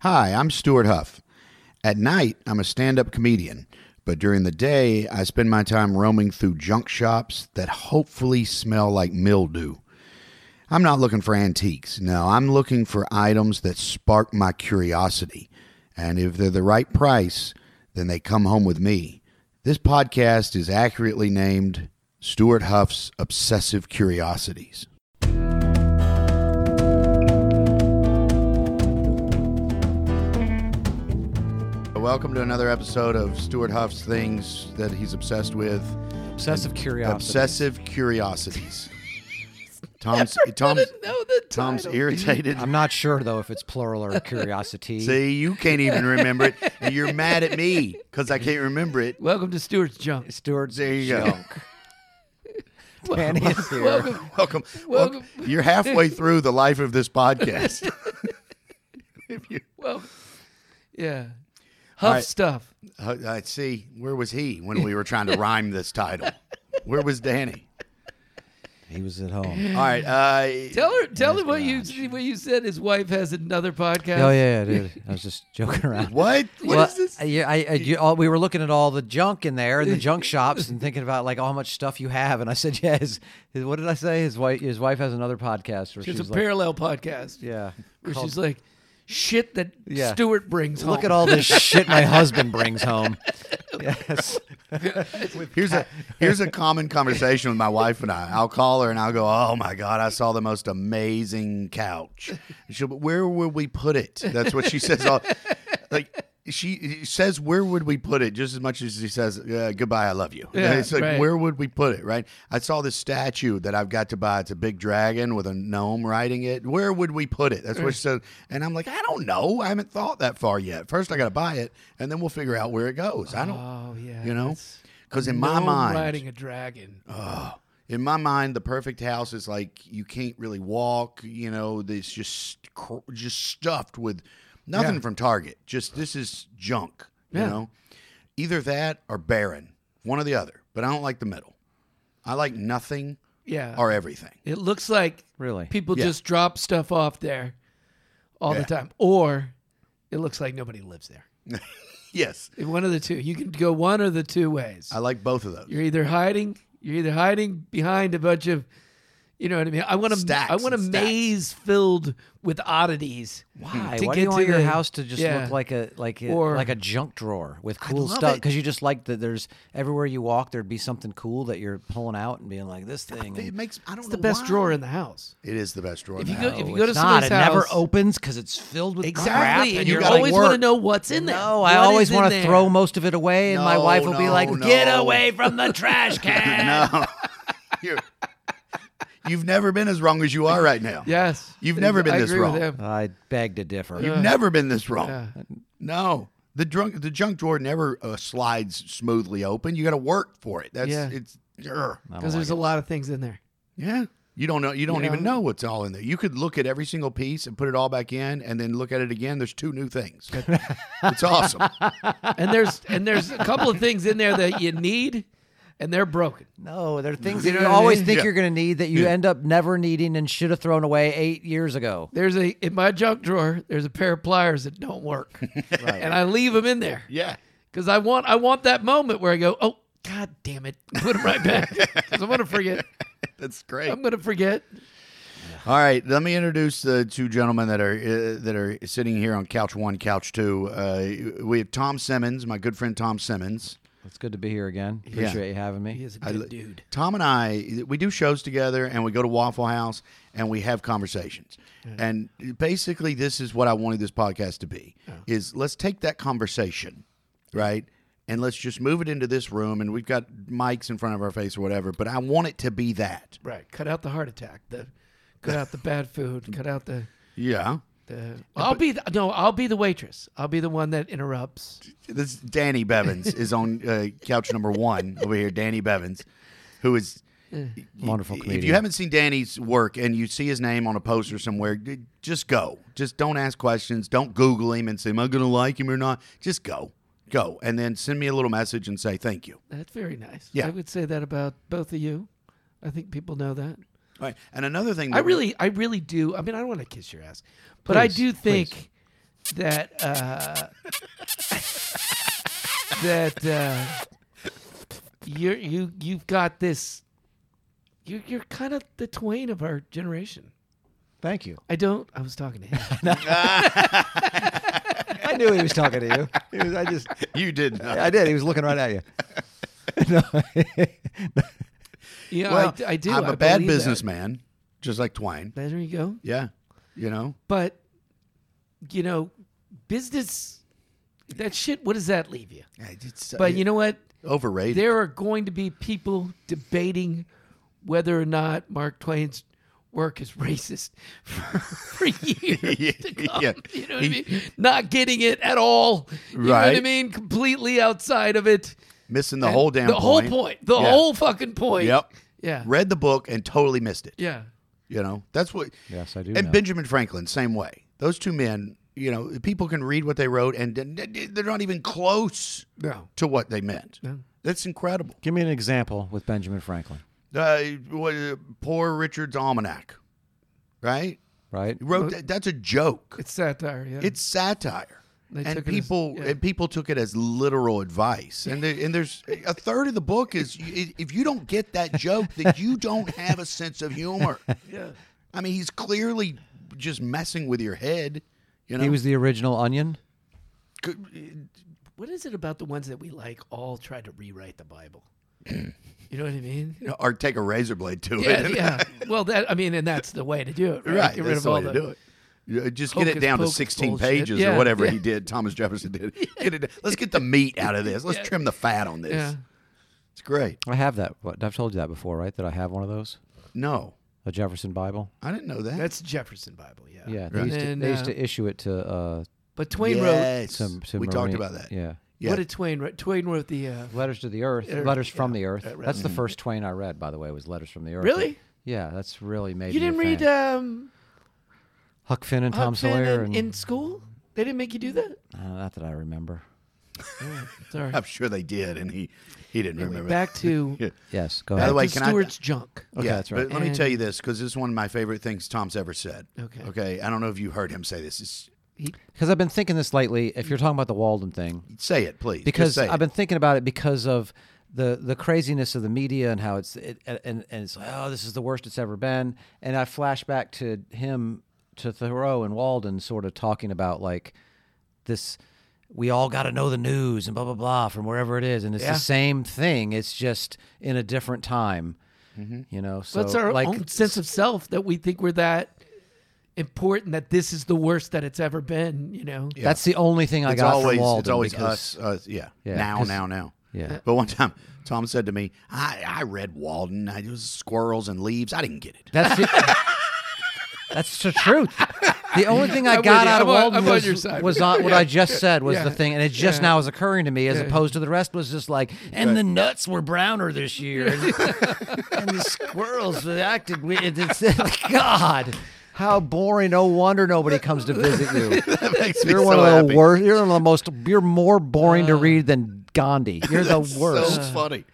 Hi, I'm Stuart Huff. At night, I'm a stand up comedian, but during the day, I spend my time roaming through junk shops that hopefully smell like mildew. I'm not looking for antiques. No, I'm looking for items that spark my curiosity. And if they're the right price, then they come home with me. This podcast is accurately named Stuart Huff's Obsessive Curiosities. Welcome to another episode of Stuart Huff's Things That He's Obsessed With. Obsessive curiosity. Obsessive curiosities. Tom's Tom's Tom's irritated. I'm not sure though if it's plural or curiosity. See, you can't even remember it, and you're mad at me because I can't remember it. Welcome to Stewart's Junk. Stewart's There you go. junk. Penny is here. Welcome. Welcome, welcome. You're halfway through the life of this podcast. if you, Well, yeah. All Huff right. stuff. uh, I see. Where was he when we were trying to rhyme this title? Where was Danny? He was at home. All right. Uh, Tell her. Tell her what you what you said. His wife has another podcast. uh, Oh yeah, dude. I was just joking around. what? What Well, is this? Yeah, I, I, you, all, we were looking at all the junk in there in the junk shops and thinking about like all how much stuff you have. And I said, yeah, his, his, what did I say? His wife, his wife has another podcast where It's she's a like, parallel podcast yeah, where called- she's like, shit that Yeah. Stewart brings home. look at all this shit my husband brings home. Yes. Here's a here's a common conversation with my wife and I. I'll call her and I'll go, "Oh my god, I saw the most amazing couch." And She'll, be, "Where would we put it?" That's what she says. All, like she says, "Where would we put it?" Just as much as she says, uh, "Goodbye, I love you." Yeah, it's like, right. where would we put it? Right? I saw this statue that I've got to buy. It's a big dragon with a gnome riding it. Where would we put it? That's what she said. And I'm like, I don't know. I haven't thought that far yet. First, I got to buy it, and then we'll figure out where it goes. I don't. Oh yeah. You know, that's- because in my Gnome mind, riding a dragon. Uh, in my mind, the perfect house is like you can't really walk. You know, it's just cr- just stuffed with nothing Yeah. from Target. Just this is junk. You Yeah. know, either that or barren, one or the other. But I don't like the middle. I like nothing yeah. or everything. It looks like Really? people Yeah. just drop stuff off there all Yeah. the time, or it looks like nobody lives there. Yes, One of the two. You can go one or the two ways. I like both of those. You're either hiding. You're either hiding behind a bunch of, you know what I mean. I want a, Stacks I want a and stacks. maze filled with oddities. Why? Hmm. to Why do get you to want your the- house to just yeah. look like a like a, Or- like a junk drawer with cool love stuff? it. Because you just like that. There's everywhere you walk, there'd be something cool that you're pulling out and being like, this thing. It and- makes I don't It's know the best why. drawer in the house. It is the best drawer. If in you the go, house. if you No, go oh, to it's not. somebody's It house, never opens because it's filled with crap, exactly, and you're you like, always want to "Work." know what's in there. No, I What always is in want to there? throw most of it away, and my No, wife will be no, like, no. "Get away from the trash can." no, You're- you've never been as wrong as you are right now. Yes, You've never been I this agree with wrong. him. I beg to differ. You've never been this wrong. Yeah. No, the drunk the junk drawer never uh, slides smoothly open. You got to work for it. That's Yeah. it's ugh. Because there's a lot of things in there. yeah. You don't know. You don't even know what's all in there. You could look at every single piece and put it all back in, and then look at it again. There's two new things. it's awesome. and there's and there's a couple of things in there that you need, and they're broken. no, there are things You that know you what I always mean? think Yeah. you're going to need that you end up never needing and should have thrown away eight years ago. There's a in my junk drawer. There's a pair of pliers that don't work, and I leave them in there. Yeah. because I want I want that moment where I go, oh god damn it, put them right back because I'm gonna forget. That's great. I'm gonna forget. All right, let me introduce the two gentlemen that are uh, that are sitting here on couch one, couch two. Uh, we have Tom Simmons, my good friend Tom Simmons. It's good to be here again. Appreciate you having me. He is a good dude. Tom and I, we do shows together and we go to Waffle House and we have conversations. And basically, this is what I wanted this podcast to be is let's take that conversation, right? And let's just move it into this room and we've got mics in front of our face or whatever, but I want it to be that. Right, cut out the heart attack. The cut out the bad food. Cut out the. Yeah. the I'll be the, no. I'll be the waitress. I'll be the one that interrupts. This Danny Bevins is on uh, couch number one over here. Danny Bevins, who is Wonderful comedian. If you haven't seen Danny's work and you see his name on a poster somewhere, d- just go. Just don't ask questions. Don't Google him and say, "Am I going to like him or not?" Just go, go, and then send me a little message and say thank you. That's very nice. Yeah. I would say that about both of you. I think people know that. All right. And another thing, that I we- really, I really do. I mean, I don't want to kiss your ass, but I Please, do think that uh, that uh, you're you you've got this. You're you're kind of the Twain of our generation. Thank you. I don't. I was talking to him. I knew he was talking to you. He was, I just, You did not. I did. He was looking right at you. No. yeah, well, I, I do. I'm I a bad believe that. businessman, just like Twine. There you go. Yeah, you know. But you know, business. That shit. What does that leave you? Uh, But you know what? overrated. There are going to be people debating whether or not Mark Twain's work is racist for, for years Yeah, to come. yeah. You know what He- I mean? Not getting it at all. You know what I Right. mean? Completely outside of it. Missing the And whole damn The point. whole point. The Yeah. whole fucking point. Yep. Yeah. Read the book and totally missed it. Yeah. You know, that's what. Yes, I do And know. Benjamin Franklin, same way. Those two men, you know, people can read what they wrote and they're not even close No. to what they meant. That's incredible. Give me an example with Benjamin Franklin, Uh, what is it? Poor Richard's Almanac, right? right? He wrote that, that's a joke. It's satire. Yeah. It's satire. They and took it as- people yeah. and people took it as literal advice. And there, and there's a third of the book is i- if you don't get that joke, then you don't have a sense of humor. yeah. I mean, he's clearly just messing with your head. You know, He was the original Onion. What is it about the ones that we like all try to rewrite the Bible? you know what I mean? or take a razor blade to Yeah, it. yeah. Well, that I mean, and that's the way to do it, right? right. Get rid that's of the all way the to do it. Yeah, Just get it hocus down to pocus 16 bullshit. pages Yeah, or whatever yeah. he did, Thomas Jefferson did. Get it, let's get the meat out of this. Let's trim the fat on this. Yeah. It's great. I have that. What, I've told you that before, right? That I have one of those, No, a Jefferson Bible. I didn't know that. That's Jefferson Bible, yeah. Yeah, they, used, And, to, they used uh, to issue it to uh, But Twain yes. some. some we talked Marine- about that. Yeah, wrote. Yeah. What did Twain write? Twain wrote the. Uh, Letters to the Earth. Earth, Letters from yeah, the Earth. that- That's the first Twain I read, by the way, was Letters from the Earth. Really? Yeah, that's really made. you me a didn't read fan. um, Huck Finn and Tom Huck Finn Sawyer in, and, in school? They didn't make you do that. Oh, uh, not that I remember. Sorry. I'm sure they did, and he he didn't remember. Back to. Yeah. Yes, go the ahead. way- Back to can I- Stewart's junk. Okay, yeah, that's right. But let me tell you this because this is one of my favorite things Tom's ever said. Okay. Okay. I don't know if you heard him say this. It's, Because I've been thinking this lately. If you're talking about the Walden thing, say it, please. Just because say I've it. been thinking about it because of the the craziness of the media and how it's it, and and it's like, oh this is the worst it's ever been and I flash back to him to Thoreau and Walden sort of talking about like this we all got to know the news and blah blah blah from wherever it is and it's Yeah. the same thing it's just in a different time Mm-hmm. you know so That's our like own sense of self that we think we're that important that this is the worst that it's ever been, you know? that's the only thing I it's got always from Walden it's always us, because- us. Yeah. Yeah, now, 'cause- now, now. yeah But one time, Tom said to me, "I I read Walden. I, it was squirrels and leaves. I didn't get it. That's the, that's the truth. The only thing I I'm with got you. out of I'm on- Walden I'm on was, your side. was on, what I just said was Yeah. the thing, and it just Yeah. now is occurring to me, as opposed to the rest was just like, and the nuts were browner this year, and, and the squirrels that acted weird. It's, God, how boring! No wonder nobody comes to visit you. That makes me You're so one of happy. the worst. You're one of the most. You're more boring to read than Gandhi. You're the worst. So funny."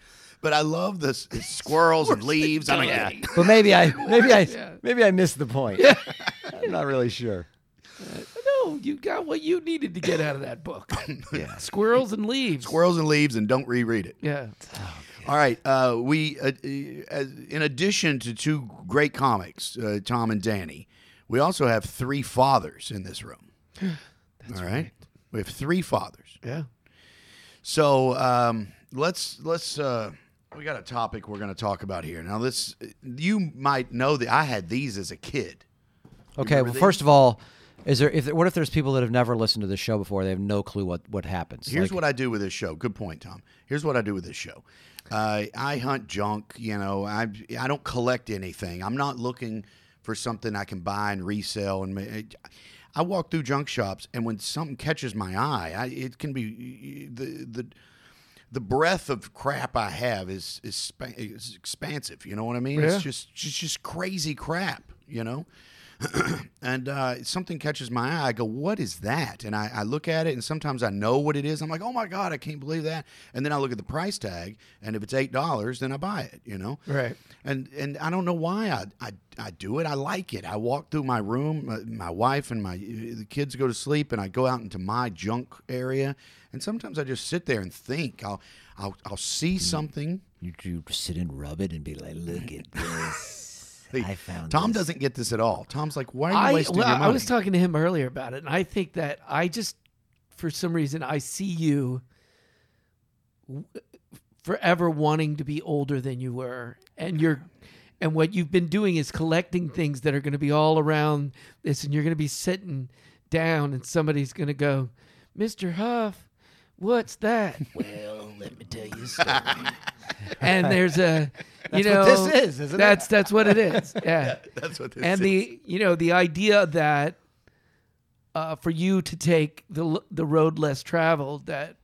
But I love this it's squirrels and leaves. I don't get it. But maybe I, maybe I, maybe I missed the point. I'm not really sure. No, you got what you needed to get out of that book. yeah. Squirrels and leaves. Squirrels and leaves, and don't reread it. Yeah. All right. Uh, we, uh, uh, in addition to two great comics, uh, Tom and Danny, we also have three fathers in this room. All right? We have three fathers. Yeah. So um, let's let's. Uh, we got a topic we're going to talk about here. Now, this you might know that I had these as a kid. Okay. Well, first of all, is there if there- what if there's people that have never listened to this show before? They have no clue what what happens. Here's what Like, I do with this show. Good point, Tom. Here's what I do with this show. Uh, I hunt junk. You know, I I don't collect anything. I'm not looking for something I can buy and resell. And ma- I walk through junk shops, and when something catches my eye, I, it can be the the the breadth of crap I have is is, spa- is expansive. You know what I mean? Yeah. It's just it's just crazy crap. You know, and uh, something catches my eye. I go, "What is that?" And I, I look at it, and sometimes I know what it is. I'm like, "Oh my god, I can't believe that!" And then I look at the price tag, and if it's eight dollars, then I buy it. You know, Right. And and I don't know why I I, I do it. I like it. I walk through my room. My, my wife and my uh, the kids go to sleep, and I go out into my junk area. And sometimes I just sit there and think. I'll I'll, I'll see something. You, you sit and rub it and be like, look at this. I found Tom this. doesn't get this at all. Tom's like, "Why are you I wasting well, your money?" I was talking to him earlier about it, and I think that I just, for some reason, I see you w- forever wanting to be older than you were, and you're, and what you've been doing is collecting things that are going to be all around this, and you're going to be sitting down, and somebody's going to go, Mister Huff, what's that? well, Oh, let me tell you something. and there's a, you know, That's what this is, isn't it? that's that's what it is. yeah That's what this and is. the you know the idea that uh, for you to take the l- the road less traveled that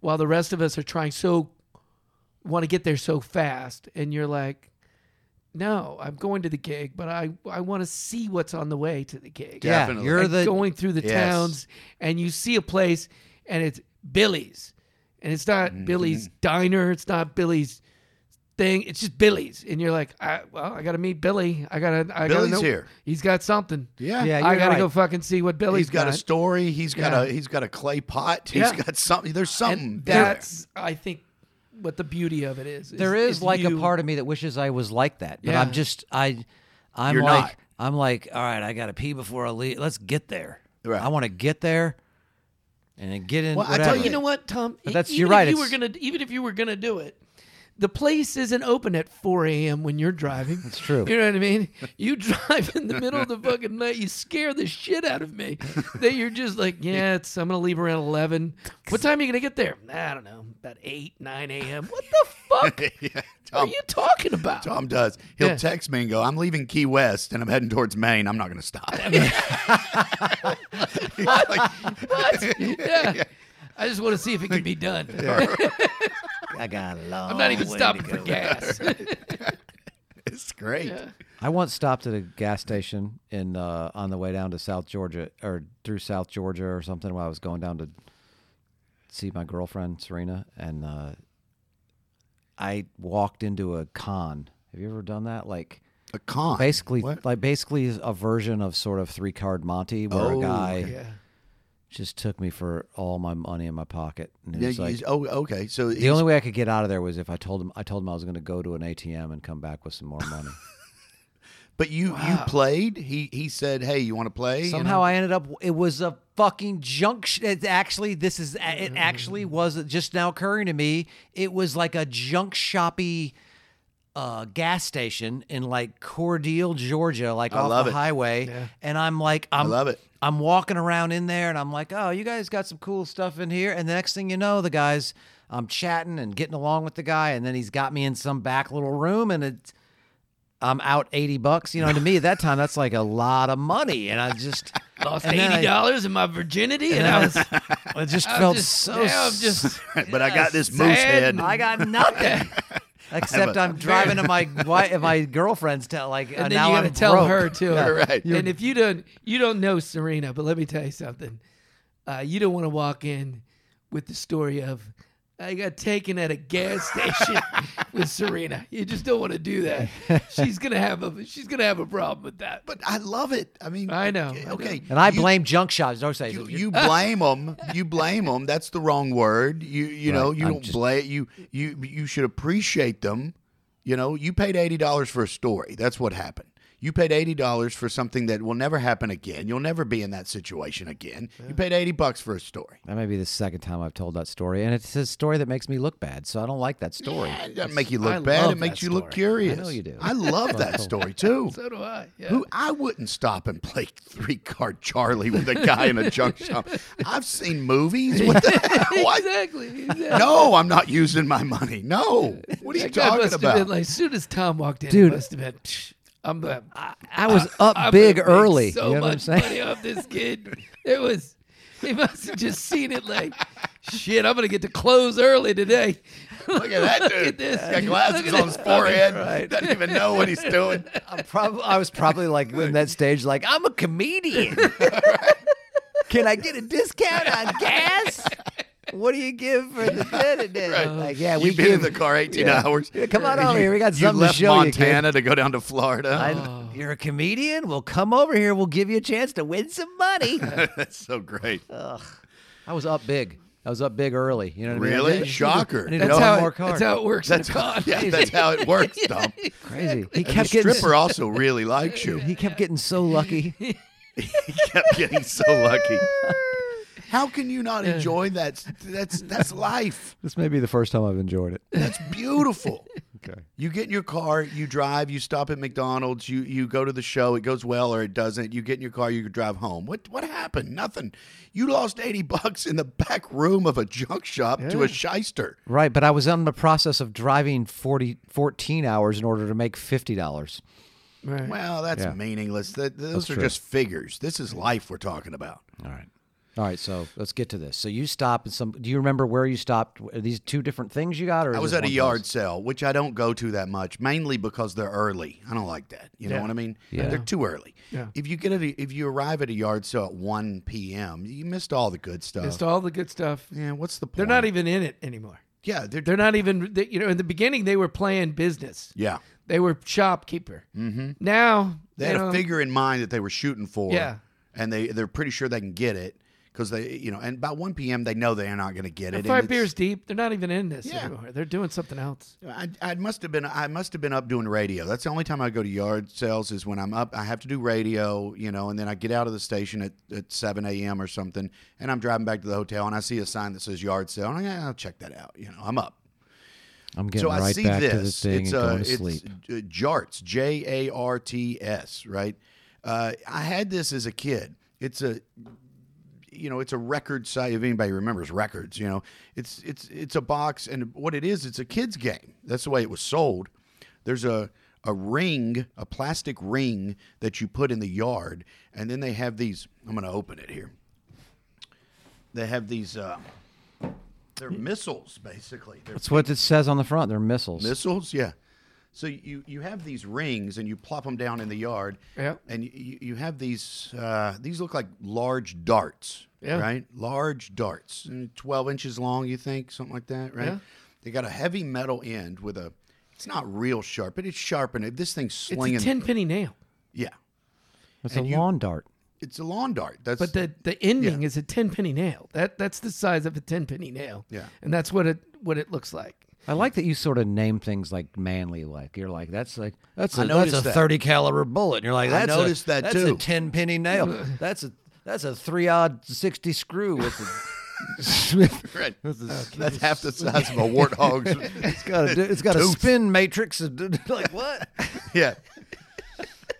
while the rest of us are trying so want to get there so fast and you're like no i'm going to the gig but i i want to see what's on the way to the gig Yeah, Definitely. you're and the going through the Yes. towns and you see a place and it's billy's and it's not Mm-hmm. billy's diner it's not billy's thing it's just billy's and you're like I, well i gotta meet billy i gotta i Billy's gotta know here. he's got something yeah, Yeah, i you're gotta right. go fucking see what billy he's got a story. He's got Yeah. a he's got a clay pot. He's Yeah. got something. There's something. and there. that's i think what the beauty of it is, there is like you- a part of me that wishes I was like that, but Yeah. I'm just I, I'm You're like not. I'm like all right, I got to pee before I leave. Let's get there. Right. I want to get there, and then get in. Well, I whatever. tell you know what tom But that's- even you're if right, you were it's- gonna even if you were gonna do it the place isn't open at 4 a.m. when you're driving. That's true. You know what I mean? You drive in the middle of the fucking night. You scare the shit out of me. That you're just like, yeah, it's, I'm gonna leave around 11. What time are you gonna get there? I don't know, about 8, 9 a.m. What the fuck yeah, are Tom, you talking about? Tom does. He'll Yeah. text me and go, "I'm leaving Key West and I'm heading towards Maine. I'm not going to stop." He's like, What? yeah. I just want to see if it can be done. I got a long. I'm not even way to stopping go. for gas. it's great. I once stopped at a gas station in uh, on the way down to South Georgia or through South Georgia or something while I was going down to see my girlfriend Serena, and uh, I walked into a con. Have you ever done that? Like A con. basically, What? like basically a version of sort of three card Monty, where Oh, a guy yeah. just took me for all my money in my pocket, and it Yeah, was like he's- oh, okay. So the only way I could get out of there was if I told him I told him I was going to go to an ATM and come back with some more money. but you you played. He he said, "Hey, you want to play?" Somehow I ended up. It was a fucking junction. It actually, this is. It Mm. actually was just now occurring to me. It was like a junk shoppy uh, gas station in like Cordele, Georgia, like off love the it. highway. And I'm like, I'm, love it. I'm walking around in there, and I'm like, oh, you guys got some cool stuff in here. And the next thing you know, the guys, I'm chatting and getting along with the guy, and then he's got me in some back little room, and it's. I'm out 80 bucks. You know, to me at that time, that's like a lot of money. And I just Lost and then I- eighty dollars in my virginity, and, and I I was it just I'm felt just, so. now I'm just. but I got this sad. moose head. I got nothing. Except a- I'm driving to my wi- at my girlfriend's tell like uh, And then now you I'm gotta tell broke. her too. Yeah, right. And if you don't, you don't know Serena, but let me tell you something. Uh, you don't want to walk in with the story of I got taken at a gas station with Serena. You just don't want to do that. She's gonna have a she's gonna have a problem with that. but I love it. I mean, I know, I know. Okay, And I you- blame junk shops. Don't say you, you're- you blame them. You blame them. That's the wrong word. You you know Right, you I'm don't just- blame you you you should appreciate them. You know you paid eighty dollars for a story. That's what happened. You paid eighty dollars for something that will never happen again. You'll never be in that situation again. You paid eighty bucks for a story. That may be the second time I've told that story, and it's a story that makes me look bad. So I don't like that story. It doesn't make you I look bad. It love makes that you look story. curious. I know you do. I love that story too. So do I. Yeah. Who I wouldn't stop and play three card Charlie with a guy in a junk shop. I've seen movies. What the hell? Why- Exactly. exactly. no, I'm not using my money. No. What are you That guy talking must Have about? been like, as soon as Tom walked in, Dude. he must have been. "Psh, I'm the. I, I was up I'm big gonna make early. So you know much what I'm saying? money off this kid. It was. He must have just seen it like. Shit, I'm gonna get to close early today. Look at that dude. at this. He's got glasses on his forehead. Doesn't even know what he's doing. Probably, I was probably like in that stage, like I'm a comedian. Can I get a discount on gas? What do you give for the da, da, da? Like, yeah, we You've been in give. the car 18 hours. Yeah, come on over here. We got you something to left show you, kid. Montana to go down to Florida. I- You're a comedian. Well, come over here. We'll give you a chance to win some money. That's so great. Oh, I was up big. I was up big early. You know what I mean? I Really? did- Shocker. I need You to know, buy How more it, that's cars. how it works. That's, in a con. yeah, that's how it works, Tom. Crazy. He The kept getting stripper also really likes you. he kept getting so lucky. He kept getting so lucky. How can you not enjoy that? That's that's life. This may be the first time I've enjoyed it. That's beautiful. Okay. You get in your car, you drive, you stop at McDonald's, you you go to the show, it goes well or it doesn't. You get in your car, you drive home. What what happened? Nothing. You lost eighty bucks in the back room of a junk shop to a shyster. Right, but I was on the process of driving 40, 14 hours in order to make fifty dollars. Right. Well, that's Yeah. meaningless. That, those That's are true. just figures. This is life we're talking about. All right. All right, so let's get to this. So you stop at some. Do you remember where you stopped? Are these two different things you got, or I is was this at a one yard place? sale, which I don't go to that much, mainly because they're early. I don't like that. You know Yeah. what I mean? Yeah. They're too early. Yeah. If you get at a, if you arrive at a yard sale at one p.m., you missed all the good stuff. Just all the good stuff. yeah, what's the point? They're e not even in it anymore. Yeah, they're, They're not even. They, you know, in the beginning they were playing business. yeah. They were shopkeeper. Mm-hmm. Now They you had know, a figure in mind that they were shooting for. um, Yeah. and they they're pretty sure they can get it because they you know and by one p.m. they know they're not going to get it. and Five it's- beers deep. They're not even in this Yeah. anymore. They're doing something else. I, I must have been I must have been up doing radio. That's the only time I go to yard sales is when I'm up. I have to do radio, you know, and then I get out of the station at, at seven a.m. or something, and I'm driving back to the hotel, and I see a sign that says yard sale, and I, yeah, I'll check that out. You know, I'm up. I'm getting So right I see back this. to this thing it's and uh, going to it's sleep. uh, Jarts, J A R T S, right? Uh, I had this as a kid. It's a you know, it's a record site. If anybody remembers records, you know, it's it's it's a box, and what it is, it's a kids game. That's the way it was sold. There's a a ring, a plastic ring that you put in the yard, and then they have these. I'm going to open it here. They have these. Uh, they're missiles, basically. They're That's what it says on the front. They're missiles. missiles yeah so you you have these rings and you plop them down in the yard Yeah. and you- you, you have these uh, these look like large darts Yeah. right large darts mm, 12 inches long you think something like that right Yeah. they got a heavy metal end with a it's not real sharp but it's sharp and if this thing's It's slinging a ten penny nail, yeah it's a lawn dart. it's a lawn dart that's but the the ending is a ten penny nail. That that's the size of a ten penny nail. Yeah. and that's what it what it looks like. I like that you sort of name things like manly. Like you're like that's like that's I a that's noticed a that. thirty caliber bullet. And you're like I that's noticed a, that that's too. a ten penny nail. that's a that's a three odd sixty screw with a Smith. Right. that's half the size of a warthog's It's got a it's got a spin matrix. like what? yeah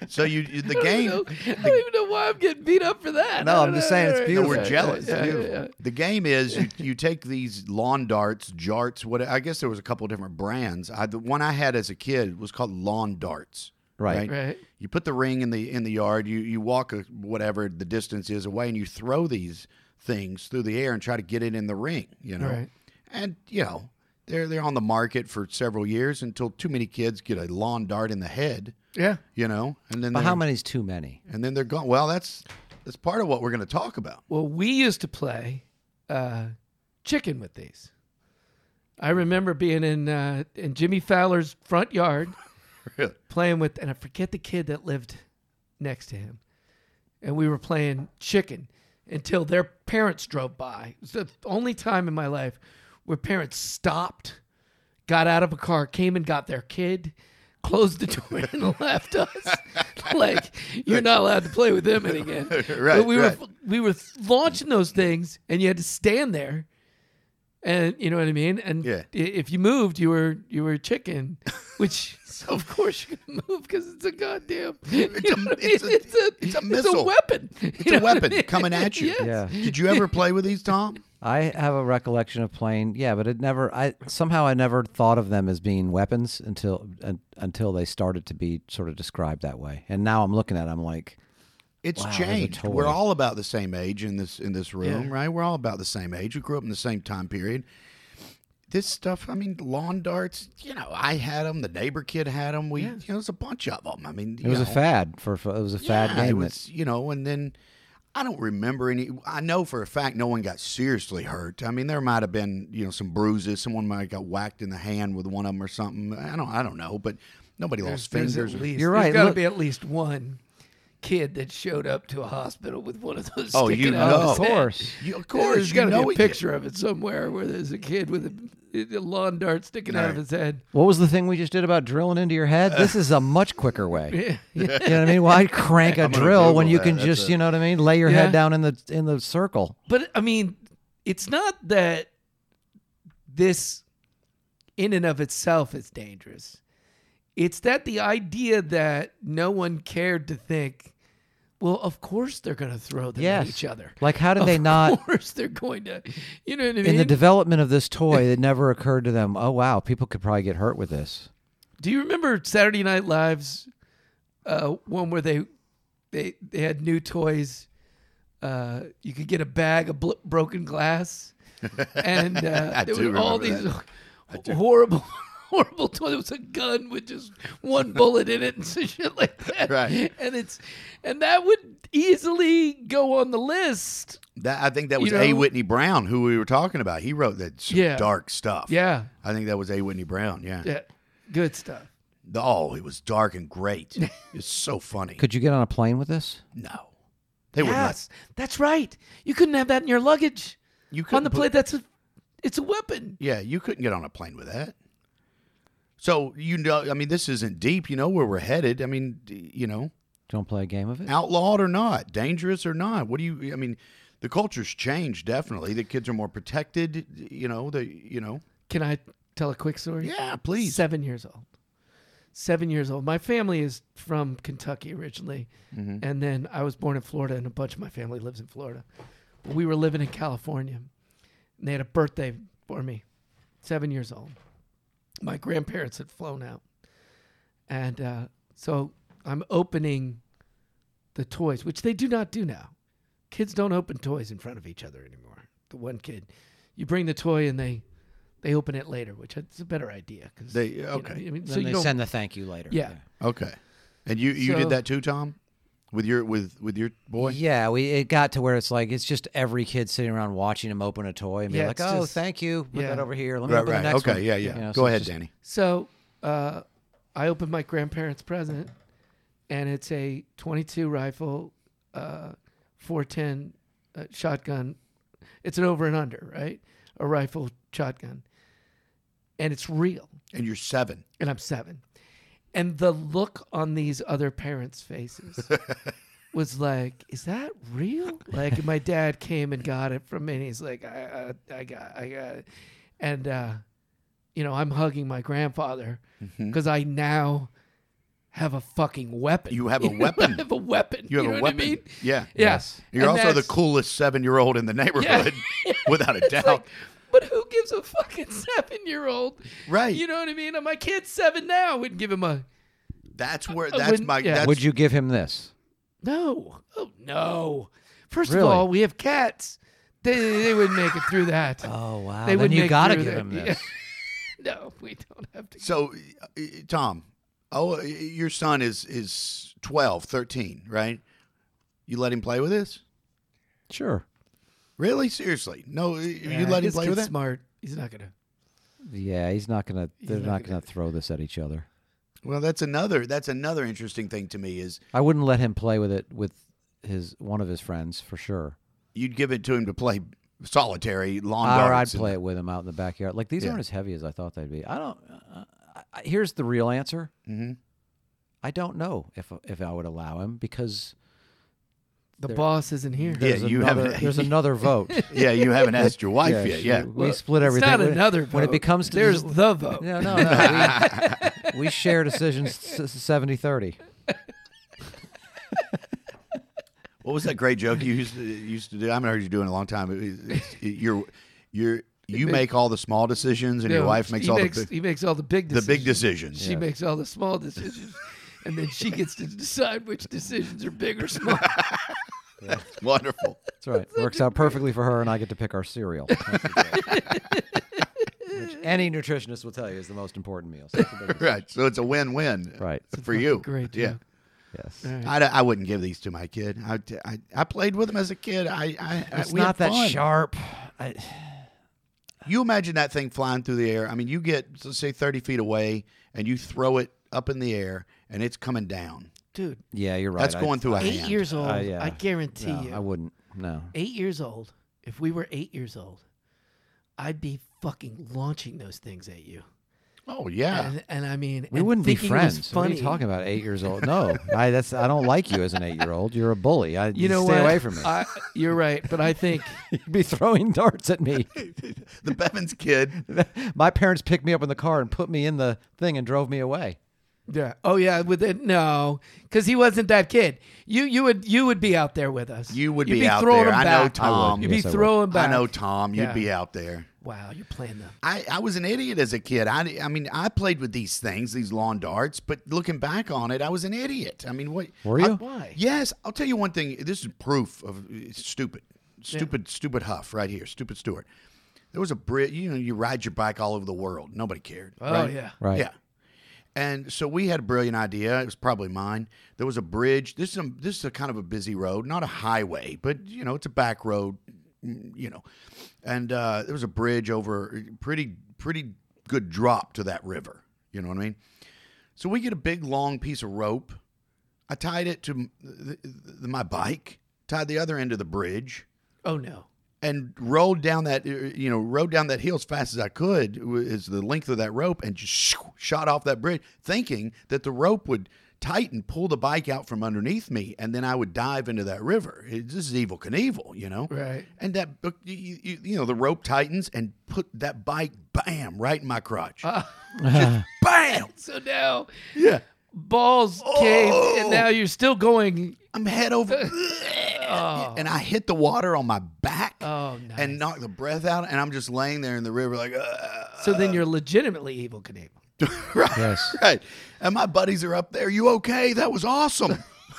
so you, you the I game don't, know- I don't even know why I'm getting beat up for that. No, I I'm don't just know. saying it's All right. No, beautiful. we're Yeah, jealous. yeah, Beautiful. yeah. The game is you, you take these lawn darts, jarts. What I guess there was a couple different brands. I, the one I had as a kid was called lawn darts. Right. Right. You put the ring in the in the yard. You you walk a, whatever the distance is away, and you throw these things through the air and try to get it in the ring. You know. Right. And you know they're they're on the market for several years until too many kids get a lawn dart in the head. Yeah. You know, and then But they're- how many's too many? and then they're gone. Well, that's that's part of what we're going to talk about. Well, we used to play uh, chicken with these. I remember being in uh, in Jimmy Fowler's front yard Really? playing with, and I forget the kid that lived next to him, and we were playing chicken until their parents drove by. It's the only time in my life where parents stopped, got out of a car, came and got their kid. Closed the door and left us. like you're not allowed to play with them again. Right, But we right. were we were launching those things and you had to stand there and you know what i mean and Yeah. i- if you moved you were you were a chicken which of course you can move because it's a goddamn it's a- it's a- it's a missile. weapon It's a weapon coming at you. Yeah. Did you ever play with these, Tom? I have a recollection of playing, yeah, but it never. I somehow I never thought of them as being weapons until un, until they started to be sort of described that way. And now I'm looking at, it, I'm like, It's Wow, that's a changed. toy. We're all about the same age in this in this room, right? We're all about the same age. We grew up in the same time period. This stuff, I mean, lawn darts. You know, I had them. The neighbor kid had them. We, you know, there's a bunch of them. I mean, It was a fad for for- it was a fad yeah, game. It that- was, you know, and then I don't remember any. I know for a fact no one got seriously hurt. I mean, there might have been, you know, some bruises. Someone might have got whacked in the hand with one of them or something. I don't, I don't know, but nobody lost There's at fingers. or- least, You're right, There's got to look- be at least one kid that showed up to a hospital with one of those. Oh, sticking you out know. his of head. course. You- of course, there's you got to know be he a did. picture of it somewhere where there's a kid with a, a lawn dart sticking out of Right. his head. What was the thing we just did about drilling into your head? This is a much quicker way. Yeah. you know what I mean? Why crank a I'm gonna drill when Google you that. can That's just, it. you know what I mean, lay your Yeah. head down in the in the circle? But I mean, it's not that this in and of itself is dangerous. It's that the idea that no one cared to think, well, of course they're going to throw them Yes. at each other. Like, how did of they not? course they're going to. You know what I mean? In the development of this toy, it never occurred to them. Oh wow, people could probably get hurt with this. Do you remember Saturday Night Live's uh, one where they they they had new toys? Uh, you could get a bag of bl- broken glass, and uh, I there do were all remember these that. horrible. Horrible toy. There was a gun with just one bullet in it and some shit like that. Right. And it's and that would easily go on the list. That I think that You was A. know? Whitney Brown who we were talking about. He wrote that some Yeah. dark stuff. Yeah. I think that was A. Whitney Brown. Yeah. Yeah. Good stuff. The- Oh, it was dark and great. it's so funny. Could you get on a plane with this? no, they would not. yes. That's right. You couldn't have that in your luggage. You couldn't on the put- plate. That's a, it's a weapon. Yeah, you couldn't get on a plane with that. So you know, I mean, this isn't deep. You know where we're headed. I mean, d- you know, Don't play a game of it. outlawed or not, dangerous or not. What do you? I mean, the culture's changed definitely. The kids are more protected. You know, the you know. Can I tell a quick story? Yeah, please. Seven years old. Seven years old. My family is from Kentucky originally, Mm-hmm. and then I was born in Florida, and a bunch of my family lives in Florida. But we were living in California, and they had a birthday for me, seven years old. My grandparents had flown out, and uh, so I'm opening the toys, which they do not do now. Kids don't open toys in front of each other anymore. The one kid, you bring the toy and they they open it later, which is a better idea because They- okay. I mean, Then so you they don't, send the thank you later. Yeah. Okay, and you you So- did that too, Tom, with your with with your boy. Yeah, we it got to where it's like it's just every kid sitting around watching him open a toy and be Yeah, like, it's "Oh, just- thank you. Put yeah. that over here. Let me Right, open the right. next Okay, one." yeah, yeah. You Go know, so it's ahead, just- Danny. So uh, I opened my grandparents' present, and it's a 22 rifle, uh, 410 uh, shotgun. It's an over and under, right? A rifle shotgun, and it's real. And you're seven. And I'm seven, and the look on these other parents' faces. Was like, is that real? Like, my dad came and got it from me. And he's like, I, I, I got, I got, it. and uh, you know, I'm hugging my grandfather Mm-hmm. because I now have a fucking weapon. You have a know, weapon. I have a weapon. You have know a what weapon. I mean? Yeah. Yes. You're And also the that's- coolest seven year old in the neighborhood, without a It's doubt. like, but who gives a fucking seven year old? Right. You know what I mean? And my kid's seven now. I Wouldn't give him a that's where I that's wouldn't- my. yeah. That's, Would you give him this? no. Oh no. First of Really? all, we have cats. They they wouldn't make it through that. Oh wow! They then wouldn't you make gotta through give that. him Yeah. this. No, we don't have to. So, uh, uh, Tom, oh, uh, your son is is 12, 13, right? You let him play with this? Sure. Really? Seriously? No, uh, you Yeah, let him this play kid's with that? Smart. He's not gonna. Yeah, he's not gonna. They're not not gonna throw this at each other. Well, that's another that's another interesting thing to me is I wouldn't let him play with it with his one of his friends for sure. you'd give it to him to play solitary lawn Or I'd darts and- play it with him out in the backyard. Like these Yeah. aren't as heavy as I thought they'd be. I don't. Uh, I, I- here's the real answer. Mhm. I don't know if if I would allow him because The There- boss isn't here. Yeah, there's you another, haven't- there's another vote. Yeah, you haven't asked your wife yet. she- yeah. we split everything. It's not When- another when it vote. becomes to there's deci- the vote. no, no, no. We, we share decisions 70-30. What was that great joke you used to, used to do? I haven't heard you do it in a long time. It- it's- it- you're you're you make all the small decisions and your No, wife makes he all makes, the big, he makes all the big the decisions. big decisions. She makes all the small decisions. and then she gets to decide which decisions are big or small. Wonderful. That's right. Works out perfectly for her, and I get to pick our cereal. That's okay. Which any nutritionist will tell you is the most important meal. So that's a big- right. So it's a win-win. Right. For you. Great Yeah. joke. yes. All right. I, I wouldn't give these to my kid. I, I, I played with them as a kid. I, I I- It's we had not that fun. sharp. I, You imagine that thing flying through the air. I mean, you get let's say thirty feet away, and you throw it up in the air, and it's coming down. Dude, yeah, you're right. That's I- going through a eight hand. years old, Uh, yeah. I guarantee no, you. I wouldn't. No. eight years old, if we were eight years old, I'd be fucking launching those things at you. Oh yeah. And, and I mean, We and wouldn't be thinking it was friends. What are you funny. talking about? Eight years old? No, I, that's I don't like you as an eight-year-old. You're a bully. I, You know stay what? away from me. I, you're right, but I think You'd be throwing darts at me. the Bevins kid. My parents picked me up in the car and put me in the thing and drove me away. yeah. Oh yeah, with it no, because he wasn't that kid. You you would you would be out there with us. You would You'd be out throwing there. Them I know back. Tom. You'd Yes, I be would. throwing I back. know Tom. You'd Yeah. be out there. Wow, you're playing them. I, I was an idiot as a kid. I, I mean, I played with these things, these lawn darts, but looking back on it, I was an idiot. I mean, what? Were you? I- Why? Yes. I'll tell you one thing. This is proof of it's stupid, stupid, stupid Huff right here, stupid Stewart. There was a bridge, you know, you ride your bike all over the world. Nobody cared. Oh right? yeah. Right. Yeah. And so we had a brilliant idea. It was probably mine. There was a bridge. This is a, this is a kind of a busy road, not a highway, but you know, it's a back road, mm, you know. And uh, there was a bridge over pretty pretty good drop to that river. You know what I mean? So we get a big long piece of rope. I tied it to m- th- th- my bike. Tied the other end of the bridge Oh no. and rolled down that uh, you know rode down that hill as fast as I could w- is the length of that rope and just shoo, shot off that bridge thinking that the rope would tighten pull the bike out from underneath me and then I would dive into that river It- this is evil Knievel you know Right. and that bu- you, you, you know the rope tightens and put that bike bam right in my crotch Ah. bam So now yeah balls caved, Oh. and now you're still going. I'm head over and I hit the water on my back Oh no. and knocked the breath out and I'm just laying there in the river like uh, so then you're legitimately evil, Canadian. right. Yes. Right. And my buddies are up there. You okay? That was awesome.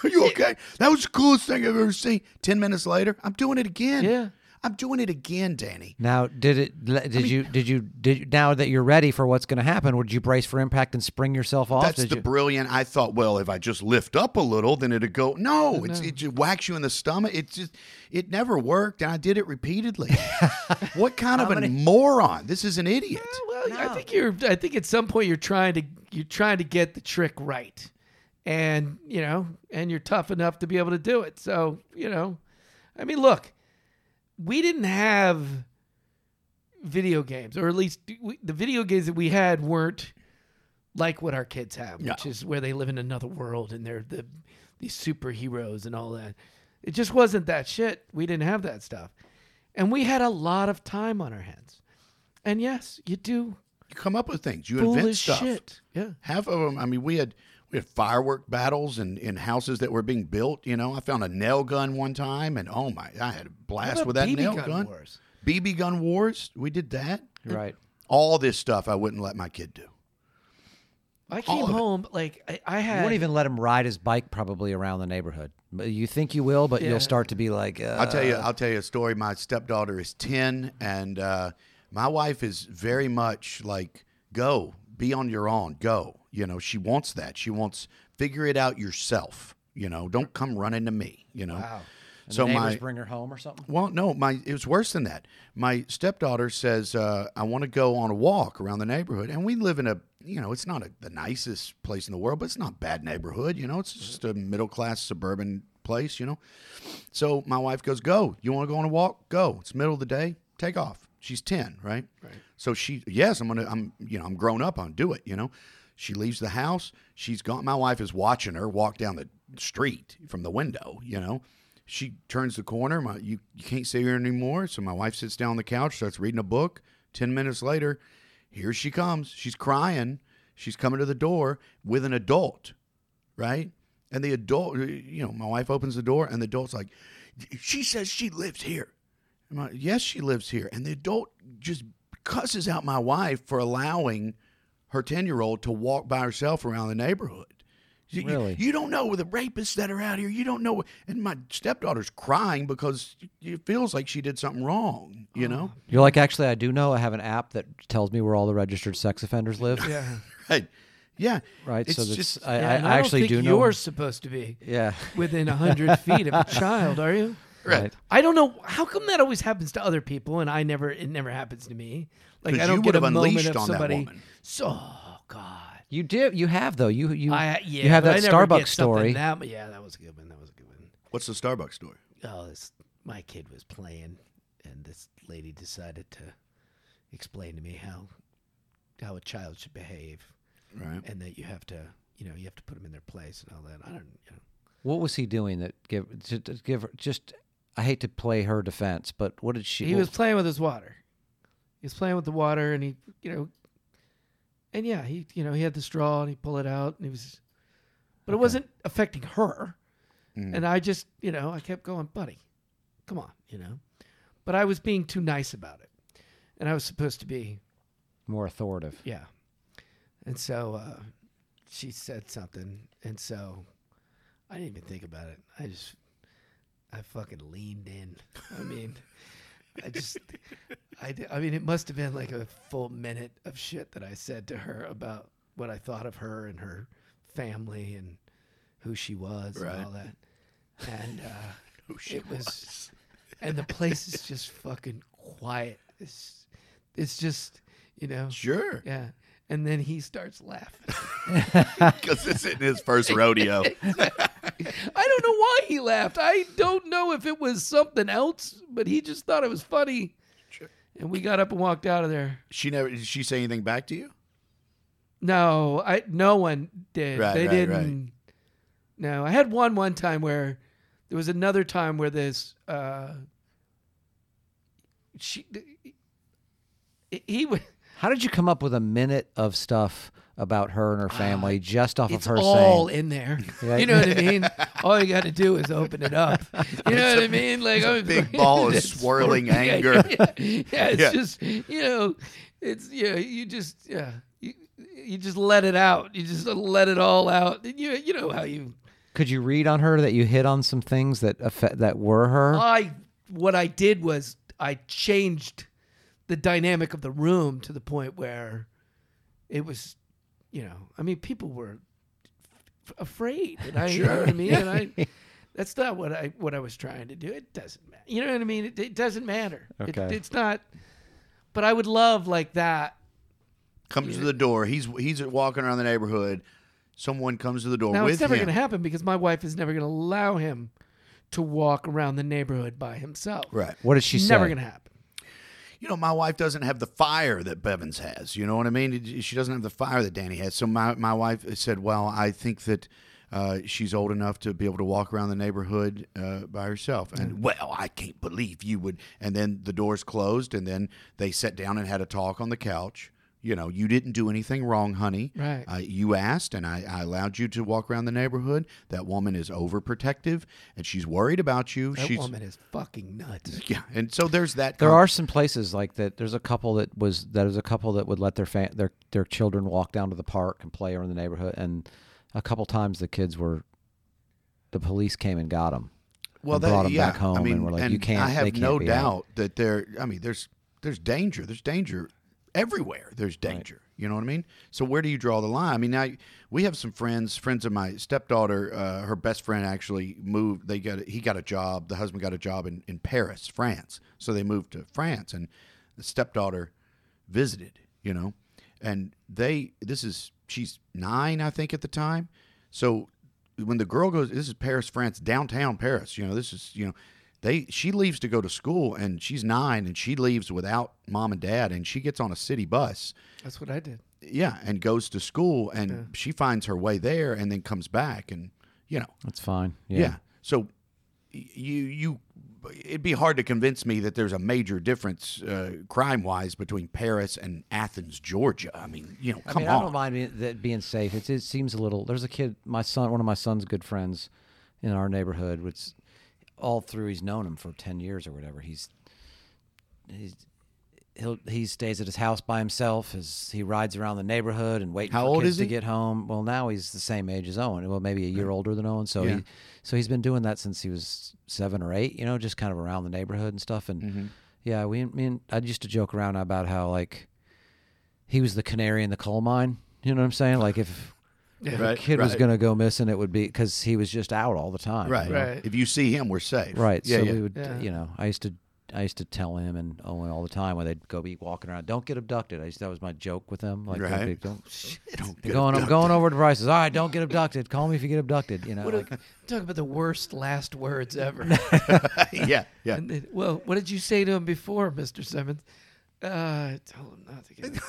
Are you okay? That was the coolest thing I've ever seen. Ten minutes later, I'm doing it again. Yeah. I'm doing it again, Danny. Now, did it? le- Did you? Did you? Did you- now that you're ready for what's going to happen? Would you brace for impact and spring yourself off? That's Did the you- brilliant. I thought, well, if I just lift up a little, then it'd go. No, it's it just whacks you in the stomach. It just it never worked, and I did it repeatedly. what kind of a moron? This is an idiot. Well, I think you're. I think at some point you're trying to you're trying to get the trick right, and you know, and you're tough enough to be able to do it. So you know, I mean, look, we didn't have video games, or at least we, the video games that we had weren't like what our kids have, No. which is where they live in another world and they're the these superheroes and all that. It just wasn't that shit. We didn't have that stuff, and we had a lot of time on our hands. And yes, you do You come up with things. You invent foolish stuff. shit. Yeah. half of them i mean we had we had firework battles and in houses that were being built you know i found a nail gun one time and oh my i had a blast with that BB nail gun gun, wars? bb gun wars we did that You're right. all this stuff i wouldn't let my kid do I came of it. home like I, I You had won't even let him ride his bike probably around the neighborhood. But You think you will, but Yeah. you'll start to be like, uh, I'll tell you. I'll tell you a story. My stepdaughter is ten, and uh, my wife is very much like, "Go, be on your own. Go." You know, she wants that. She wants figure it out yourself. You know, don't come running to me. You know. Wow. and So the neighbors my bring her home or something. Well, no, my it was worse than that. My stepdaughter says, uh, "I want to go on a walk around the neighborhood," and we live in a you know it's not a, the nicest place in the world, but it's not a bad neighborhood. You know, it's just a middle class suburban place. You know, so my wife goes, "Go, you want to go on a walk? Go. It's middle of the day. Take off." She's ten, right? Right. So she, yes, I'm gonna, I'm you know, I'm grown up. I'll do it. You know, she leaves the house. She's gone. My wife is watching her walk down the street from the window. You know she turns the corner. My, you, you can't see her anymore. So my wife sits down on the couch, starts reading a book. 10 minutes later, here she comes. She's crying. She's coming to the door with an adult, right? And the adult, you know, my wife opens the door and the adult's like, she says she lives here. I'm like, yes, she lives here. And the adult just cusses out my wife for allowing her 10 year old to walk by herself around the neighborhood. You, you- Really? you don't know the rapists that are out here. You don't know. And my stepdaughter's crying because it feels like she did something wrong. You know, You're like, actually, I do know. I have an app that tells me where all the registered sex offenders live. Yeah. right? Yeah, Right. It's so that's, just- I, Yeah, I, and I don't actually think do know. You're supposed to be Yeah. within hundred feet of a child, are you? right. I don't know how come that always happens to other people, and I never it never happens to me. Like 'Cause I don't you would get a have moment unleashed of on that somebody. woman. So oh, God, You do. You have though. You you I yeah, you have but that I never Starbucks get something story. That, yeah, that was a good one. That was a good one. What's the Starbucks story? oh, this my kid was playing, and this lady decided to explain to me how how a child should behave, Right. and that you have to, you know, you have to put them in their place and all that. I don't, you know, What was he doing that give to, to give her just? I hate to play her defense, but what did she? he what- was playing with his water. He was playing with the water, and he, you know, and yeah, he, you know, he had the straw, and he pulled it out, and he was, but it wasn't affecting her. Mm. And I just, you know, I kept going, buddy, come on, you know, but I was being too nice about it, and I was supposed to be more authoritative. Yeah. And so uh, she said something, and so I didn't even think about it. I just, I fucking leaned in. I mean, I just, I, d- I mean, it must have been like a full minute of shit that I said to her about what I thought of her and her family and who she was Right. and all that. And uh, Who she it was, and the place is just fucking quiet. It's, it's just, you know, Sure, yeah. And then he starts laughing. because this isn't his first rodeo. I don't know why he laughed. I don't know if it was something else, but he just thought it was funny. Sure. And we got up and walked out of there. She never. Did she say anything back to you? No, I no one did. Right, they right, right. didn't. No, I had one one time where there was another time where this uh she he- he was How did you come up with a minute of stuff about her and her family just off Ah, it's of her all saying? in there. Yeah. You know what I mean? All you got to do is open it up. You know what I mean? Like I'm big ball of it's- swirling yeah, anger. Yeah, yeah, it's Yeah. just you know, it's you know, you just yeah, you, you just let it out. You just let it all out. And you you know how you Could you read on her that you hit on some things that affect, that were her? I what I did was I changed the dynamic of the room to the point where it was, you know, I mean, people were f- afraid, and I, you know what I mean, and I. That's not what I what I was trying to do. It doesn't matter. You know what I mean? It, it doesn't matter. It- Okay. it's not. But I would love like that. Comes to the door. He's he's walking around the neighborhood. Someone comes to the door Now with it's never him. going to happen because my wife is never going to allow him to walk around the neighborhood by himself. right. what did she say? never going to happen. you know, my wife doesn't have the fire that Bevins has. You know what I mean? It- She doesn't have the fire that Danny has. So my, my wife said, well, I think that uh, she's old enough to be able to walk around the neighborhood uh, by herself. And, Mm. well, I can't believe you would. And then the doors closed, and then they sat down and had a talk on the couch. You know, you didn't do anything wrong, honey. Right. Uh, you asked, and I, I allowed you to walk around the neighborhood. That woman is overprotective, and she's worried about you. That she's woman is fucking nuts. yeah. And so there's that. There con- are some places like that. There's a couple that was that is a couple that would let their fa- their their children walk down to the park and play around the neighborhood. And a couple times the kids were, the police came and got them. and that- brought 'em back home, and we're like, "You can't- I have they can't no be out." doubt that there. I mean, there's there's danger. There's danger everywhere. There's danger. You know what I mean? So where do you draw the line? I mean, now we have some friends. Friends of my stepdaughter, uh, her best friend actually moved. They got he got a job. The husband got a job in in Paris, France. So they moved to France, and the stepdaughter visited. You know, and they this is she's nine, I think, at the time. So when the girl goes this is paris france downtown paris you know this is you know they she leaves to go to school and she's nine and she leaves without mom and dad and she gets on a city bus That's what I did. yeah and goes to school and she finds her way there and then comes back and you know That's fine. yeah, Yeah. so y- you you it'd be hard to convince me that there's a major difference uh, crime wise between paris and athens georgia i mean you know I come mean, on I don't mind being, that being safe. It's, it seems a little. There's a kid, my son, one of my son's good friends, in our neighborhood. Which, all through, he's known him for ten years or whatever. He's, he's, he'll he stays at his house by himself as he rides around the neighborhood and waiting How for old kids is to he? get home. Well, now he's the same age as Owen. Well, maybe a year older than Owen. So Yeah. he so he's been doing that since he was seven or eight. You know, just kind of around the neighborhood and stuff. And Mm-hmm. yeah, we me and I used to joke around about how like he was the canary in the coal mine. You know what I'm saying? Like if. If Right, a kid was right. going to go missing, it would be because he was just out all the time. you Right. know? Right. If you see him, we're safe. Right. Yeah. so yeah. we would, Yeah. you know, I used to, I used to tell him and Owen all the time when they'd go be walking around, don't get abducted. I used, that was my joke with them. Like, Right. okay, don't. Don't get They're going, I'm abducted. going over to Bryce's. All right, don't get abducted. Call me if you get abducted. You know, What like, a, talk about the worst last words ever. yeah. Yeah. and then, well, what did you say to him before, Mister Simmons? Uh, tell him not to get abducted.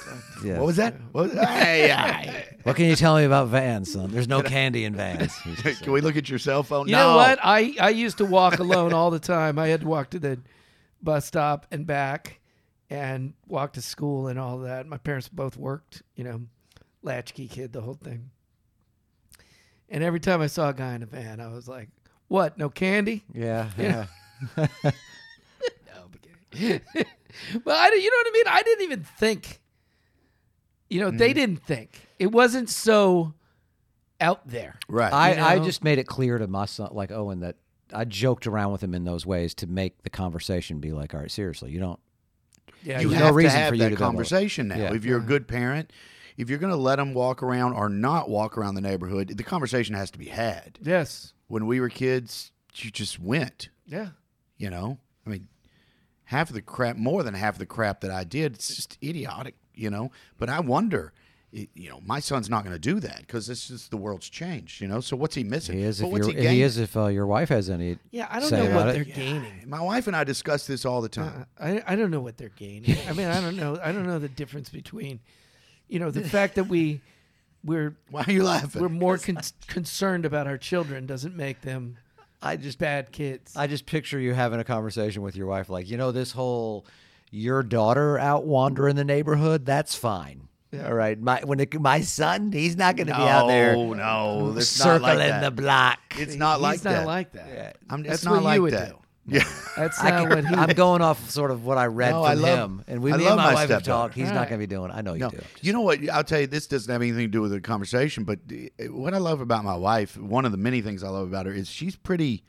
yeah. What was that? What was, Hey, hey. What can you tell me about vans, son? There's no candy in vans. He used to say. Can we look at your cell phone? You no. know what? I, I used to walk alone all the time. I had to walk to the bus stop and back and walk to school and all that. My parents both worked, you know, latchkey kid, the whole thing. And every time I saw a guy in a van, I was like, what? No candy? Yeah, yeah. No, but kidding. well, I, don't- you know what I mean? I didn't even think. You know, they didn't think. It wasn't so out there. Right. I, I know? just made it clear to my son, like Owen, that I joked around with him in those ways to make the conversation be like, all right, seriously, you don't. Yeah, you yeah. have No to reason have for you that to go lower. conversation now. Yeah. If you're a good parent, if you're going to let them walk around or not walk around the neighborhood, the conversation has to be had. Yes. When we were kids, you just went. Yeah. You know, I mean, half of the crap, more than half of the crap that I did, it's just idiotic. You know, but I wonder. i- You know, my son's not going to do that because this is the world's changed. You know, so what's he missing? He is But if, what's you're, he he gaining? is if uh, your wife has any. Yeah, I don't say know what about it. they're gaining. My wife and I discuss this all the time. Uh, I, I don't know what they're gaining. I mean, I don't know. I don't know the difference between, you know, the fact that we we're Why are you laughing? we're more con- concerned about our children doesn't make them I just bad kids. I just picture you having a conversation with your wife, like, you know, this whole your daughter out wandering the neighborhood, that's fine. All right. My when it, my son, he's not gonna be out there No, no, it's not circling like that. the block. It's not He's like not that. like that. I'm, it's That's not what like you would that. do. Yeah. That's I not what he. am going off sort of what I read No, from I love- him. And we I me love and my, my wife have stepdaughter. talked. He's All not right. gonna be doing I know you No, do. you know what? I'll tell you, this doesn't have anything to do with the conversation, but uh, what I love about my wife, one of the many things I love about her, is she's pretty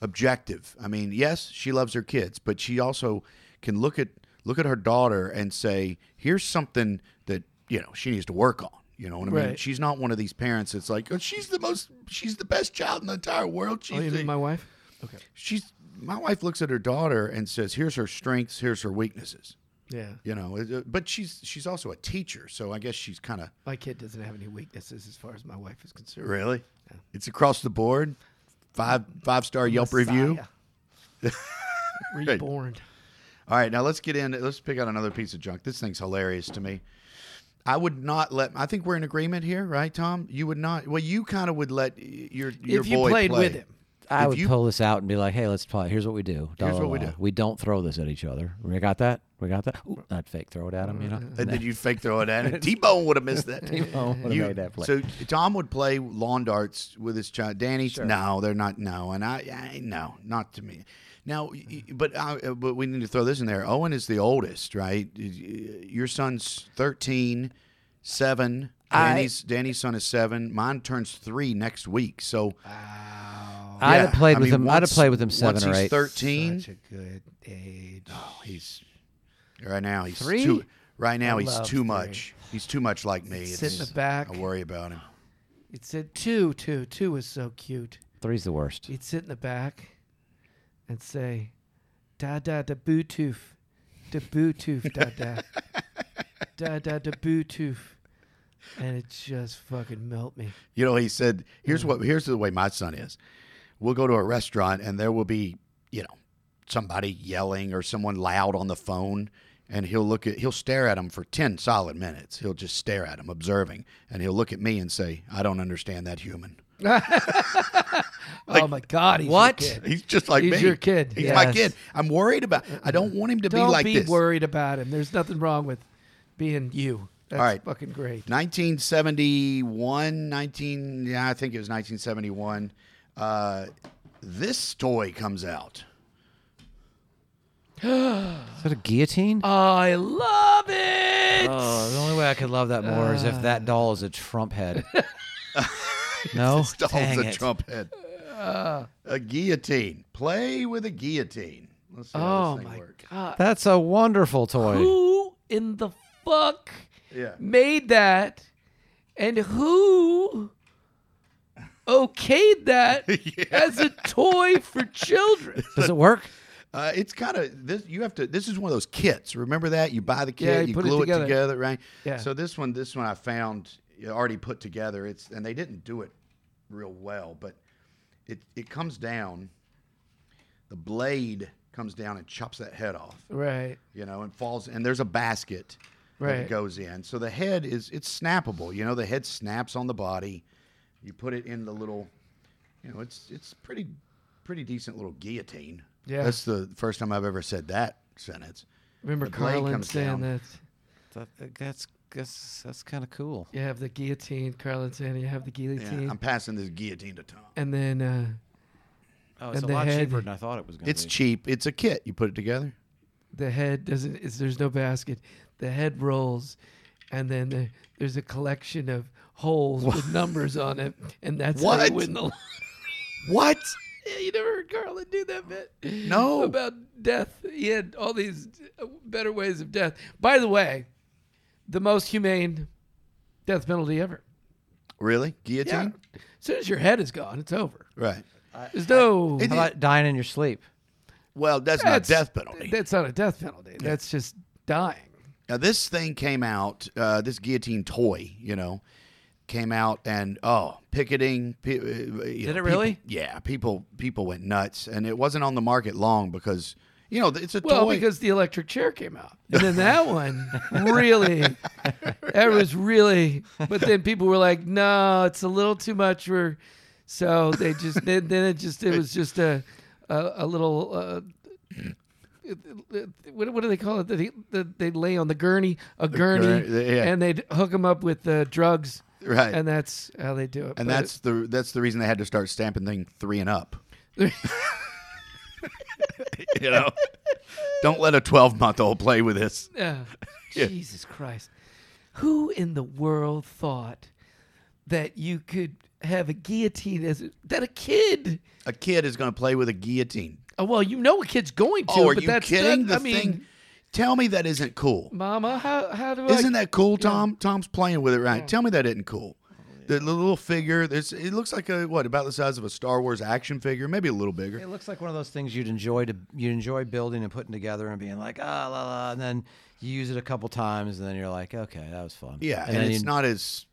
objective. I mean, yes, she loves her kids, but she also can look at look at her daughter and say, "Here's something that you know she needs to work on." You know what I mean? Right. She's not one of these parents that's like, oh, "She's the most, she's the best child in the entire world." She's Oh, you the- mean my wife? Okay. she's my wife looks at her daughter and says, "Here's her strengths. Here's her weaknesses." Yeah. You know, it- it- but she's she's also a teacher, so I guess she's kind of My kid doesn't have any weaknesses as far as my wife is concerned. really. It's across the board, five five star Yelp review. Messiah. Reborn. All right, now let's get in. Let's pick out another piece of junk. This thing's hilarious to me. I would not let. I think we're in agreement here, right, Tom? You would not. Well, you kind of would let your your if you boy played play. with him. I If would you- pull this out and be like, "Hey, let's play. Here's what we do. Da, Here's da, what we da. do. We don't throw this at each other. We got that. We got that. Ooh, I'd fake throw it at him. You know. and then you'd fake throw it at him. T Bone would have missed that. T-Bone would've You- made that play. So Tom would play lawn darts with his child. Danny, no, they're not. No, and I, I no, not to me. Now, y- y- but I, but we need to throw this in there. Owen is the oldest, right? Y- y- Your son's 13, 7. I- Danny's Danny's son is seven. Mine turns three next week. So I'd yeah, have played I with mean, him. I'd have once- played with him seven once or he's eight. Thirteen. Oh, Such a good age. He's right now. He's Three? too. Right now, I he's love too much. He's too much like me. Sit in the back. I worry about him. It said two, two, two was so cute. Three's the worst. He'd sit in the back and say, da da da boo toof, da boo toof, da da, da da da boo toof. And it just fucking melt me. You know, he said, "Here's what. Mm. Here's the way my son is. We'll go to a restaurant, and there will be, you know, somebody yelling or someone loud on the phone, and he'll look at, he'll stare at him for ten solid minutes. He'll just stare at him, observing, and he'll look at me and say, "I don't understand that human. oh my God. He's your What? kid. He's just like He's me. your kid. He's my Yes. kid. I'm worried about. I don't want him to Don't be like be this. worried about him. There's nothing wrong with being you. That's right. fucking great. 1971, 19, yeah, I think it was 1971. Uh, this toy comes out. Is that a guillotine? Oh, I love it. Oh, the only way I could love that more is if that doll is a Trump head. no, This doll's Dang a it. Trump head. Uh. a guillotine. Play with a guillotine. Let's see how oh this thing my works. god. That's a wonderful toy. Who in the fuck Yeah. made that? And who okayed that as a toy for children? Does it work? Uh, it's kind of this. You have to. This is one of those kits. Remember that you buy the kit, Yeah, you you, put it glue it together. together. right? Yeah. So this one, this one I found you know, already put together. It's and they didn't do it real well, but it it comes down. The blade comes down and chops that head off, Right. you know, and falls. And there's a basket that it Right. goes in. So the head is it's snappable. You know, the head snaps on the body. You put it in the little, you know, it's it's pretty pretty decent little guillotine. Yeah. that's the first time I've ever said that sentence. Remember The blade Carlin comes down. saying that That- That's that's, that's kind of cool. you have the guillotine, Carlin saying you have the Yeah, guillotine. I'm passing this guillotine to Tom. and then uh, Oh, it's And a the lot head- cheaper than I thought it was going It's cheap. It's a kit. You put it together. the head doesn't is there's no basket the head rolls and then the, there's a collection of holes with numbers on it and that's how What? you win the lot- What? yeah, you never heard carlin do that bit No. about death he had all these uh, better ways of death by the way the most humane death penalty ever Really? Guillotine? as soon as your head is gone it's over Right. there's no It- How about dying in your sleep? Well, that's, that's- not death penalty. that's not a death penalty that's just dying Now this thing came out, uh, this guillotine toy, you know, came out and oh, picketing. Pe- uh, you know, it people- really? yeah, people people went nuts, and it wasn't on the market long because you know it's a Well, toy. because the electric chair came out, and then that one really, that was really. But then people were like, "No, it's a little too much." We're so they just then, then it just it was just a a, a little. Uh, what, what do they call it? That he- that they lay on the gurney, a gurney, gurney, yeah. and they'd hook them up with uh, drugs, Right. And that's how they do it. and But that's the that's the reason they had to start stamping thing three and up. you know, don't let a twelve month old play with this. Yeah. Yeah. Jesus Christ. Who in the world thought that you could have a guillotine as a, that a kid? A kid is going to play with a guillotine. Oh, well, you know a kid's going to. oh, are but you that's kidding? Not, the I mean, thing. Tell me that isn't cool. Mama, how how do I? Isn't that cool, Tom? Tom's playing with it right. Tell me that isn't cool. Oh, The little figure, there's, it looks like a what about the size of a Star Wars action figure, maybe a little bigger. It looks like one of those things you'd enjoy to you enjoy building and putting together and being like ah la la, and then you use it a couple times and then you're like okay that was fun. Yeah, and, then it's you- not as.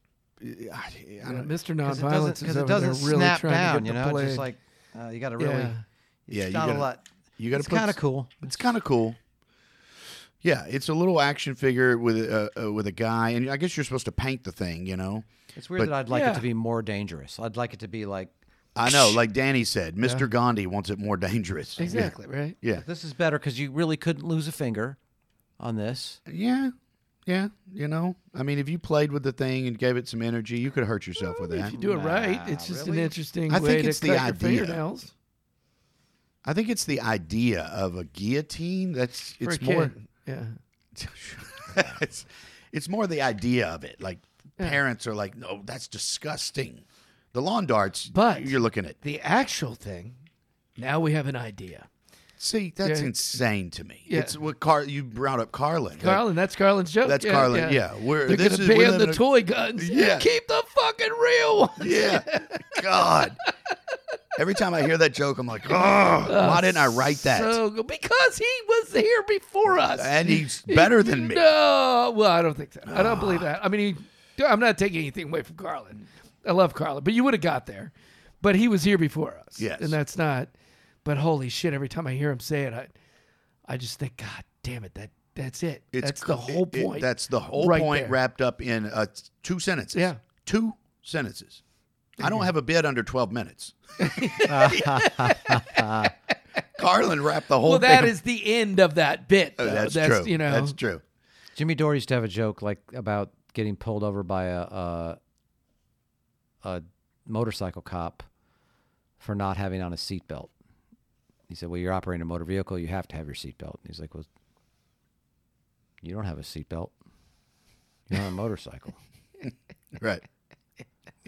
I, I Uh, don't, Mr. 'cause it Nonviolence doesn't is because over it doesn't there really snap trying down. to you get know, the blade. just like uh, you got to really. Yeah. It's Yeah, you not gotta- a lot. you got to it's put kind of cool. It's kind of cool. Yeah, it's a little action figure with a uh, with a guy, and I guess you're supposed to paint the thing. You know, It's weird But- that I'd like it Yeah. to be more dangerous. I'd like it to be like I know, like Danny said, Mr. Gandhi wants it more dangerous. Yeah. exactly right. Yeah. this is better because you really couldn't lose a finger on this. Yeah. Yeah. You know, I mean, if you played with the thing and gave it some energy, you could hurt yourself with that. If you do it right, it's Nah, just really? an interesting I way think to it's the cut idea. your fingernails. I think it's the idea of a guillotine that's for it's a more kid. Yeah. it's, it's more the idea of it. Like parents are like, "No, that's disgusting." The lawn darts, But- you're looking at. The actual thing. Now we have an idea. See, that's Yeah. insane to me. Yeah. It's what Car you brought up Carlin. Like, Carlin, that's Carlin's joke. that's yeah, Carlin. Yeah. Yeah. We're They're this gonna is we ban live the in a- toy guns. Yeah. keep the fucking real ones. Yeah. God. Every time I hear that joke, I'm like, oh, why didn't I write that? So good. because he was here before us. and he's better than me. Ah. No, well, I don't think that. I don't believe that. I mean, he, I'm not taking anything away from Carlin. I love Carlin, but you would have got there. But he was here before us. Yes. and that's not. But holy shit! Every time I hear him say it, I, I just think, God damn it! That that's it. that's the cl- whole it- it- point. that's the whole right point there. wrapped up in uh, t- two sentences. Yeah. Two sentences. I don't have a bid under 12 minutes. Carlin wrapped the whole well, that thing. is the end of that bit. Oh, though. that's, true. You know, that's true. Jimmy Dore used to have a joke like about getting pulled over by a a, a motorcycle cop for not having on a seatbelt. He said, "Well, you're operating a motor vehicle. You have to have your seatbelt." And he's like, "Well, you don't have a seatbelt. You're on a motorcycle." Right.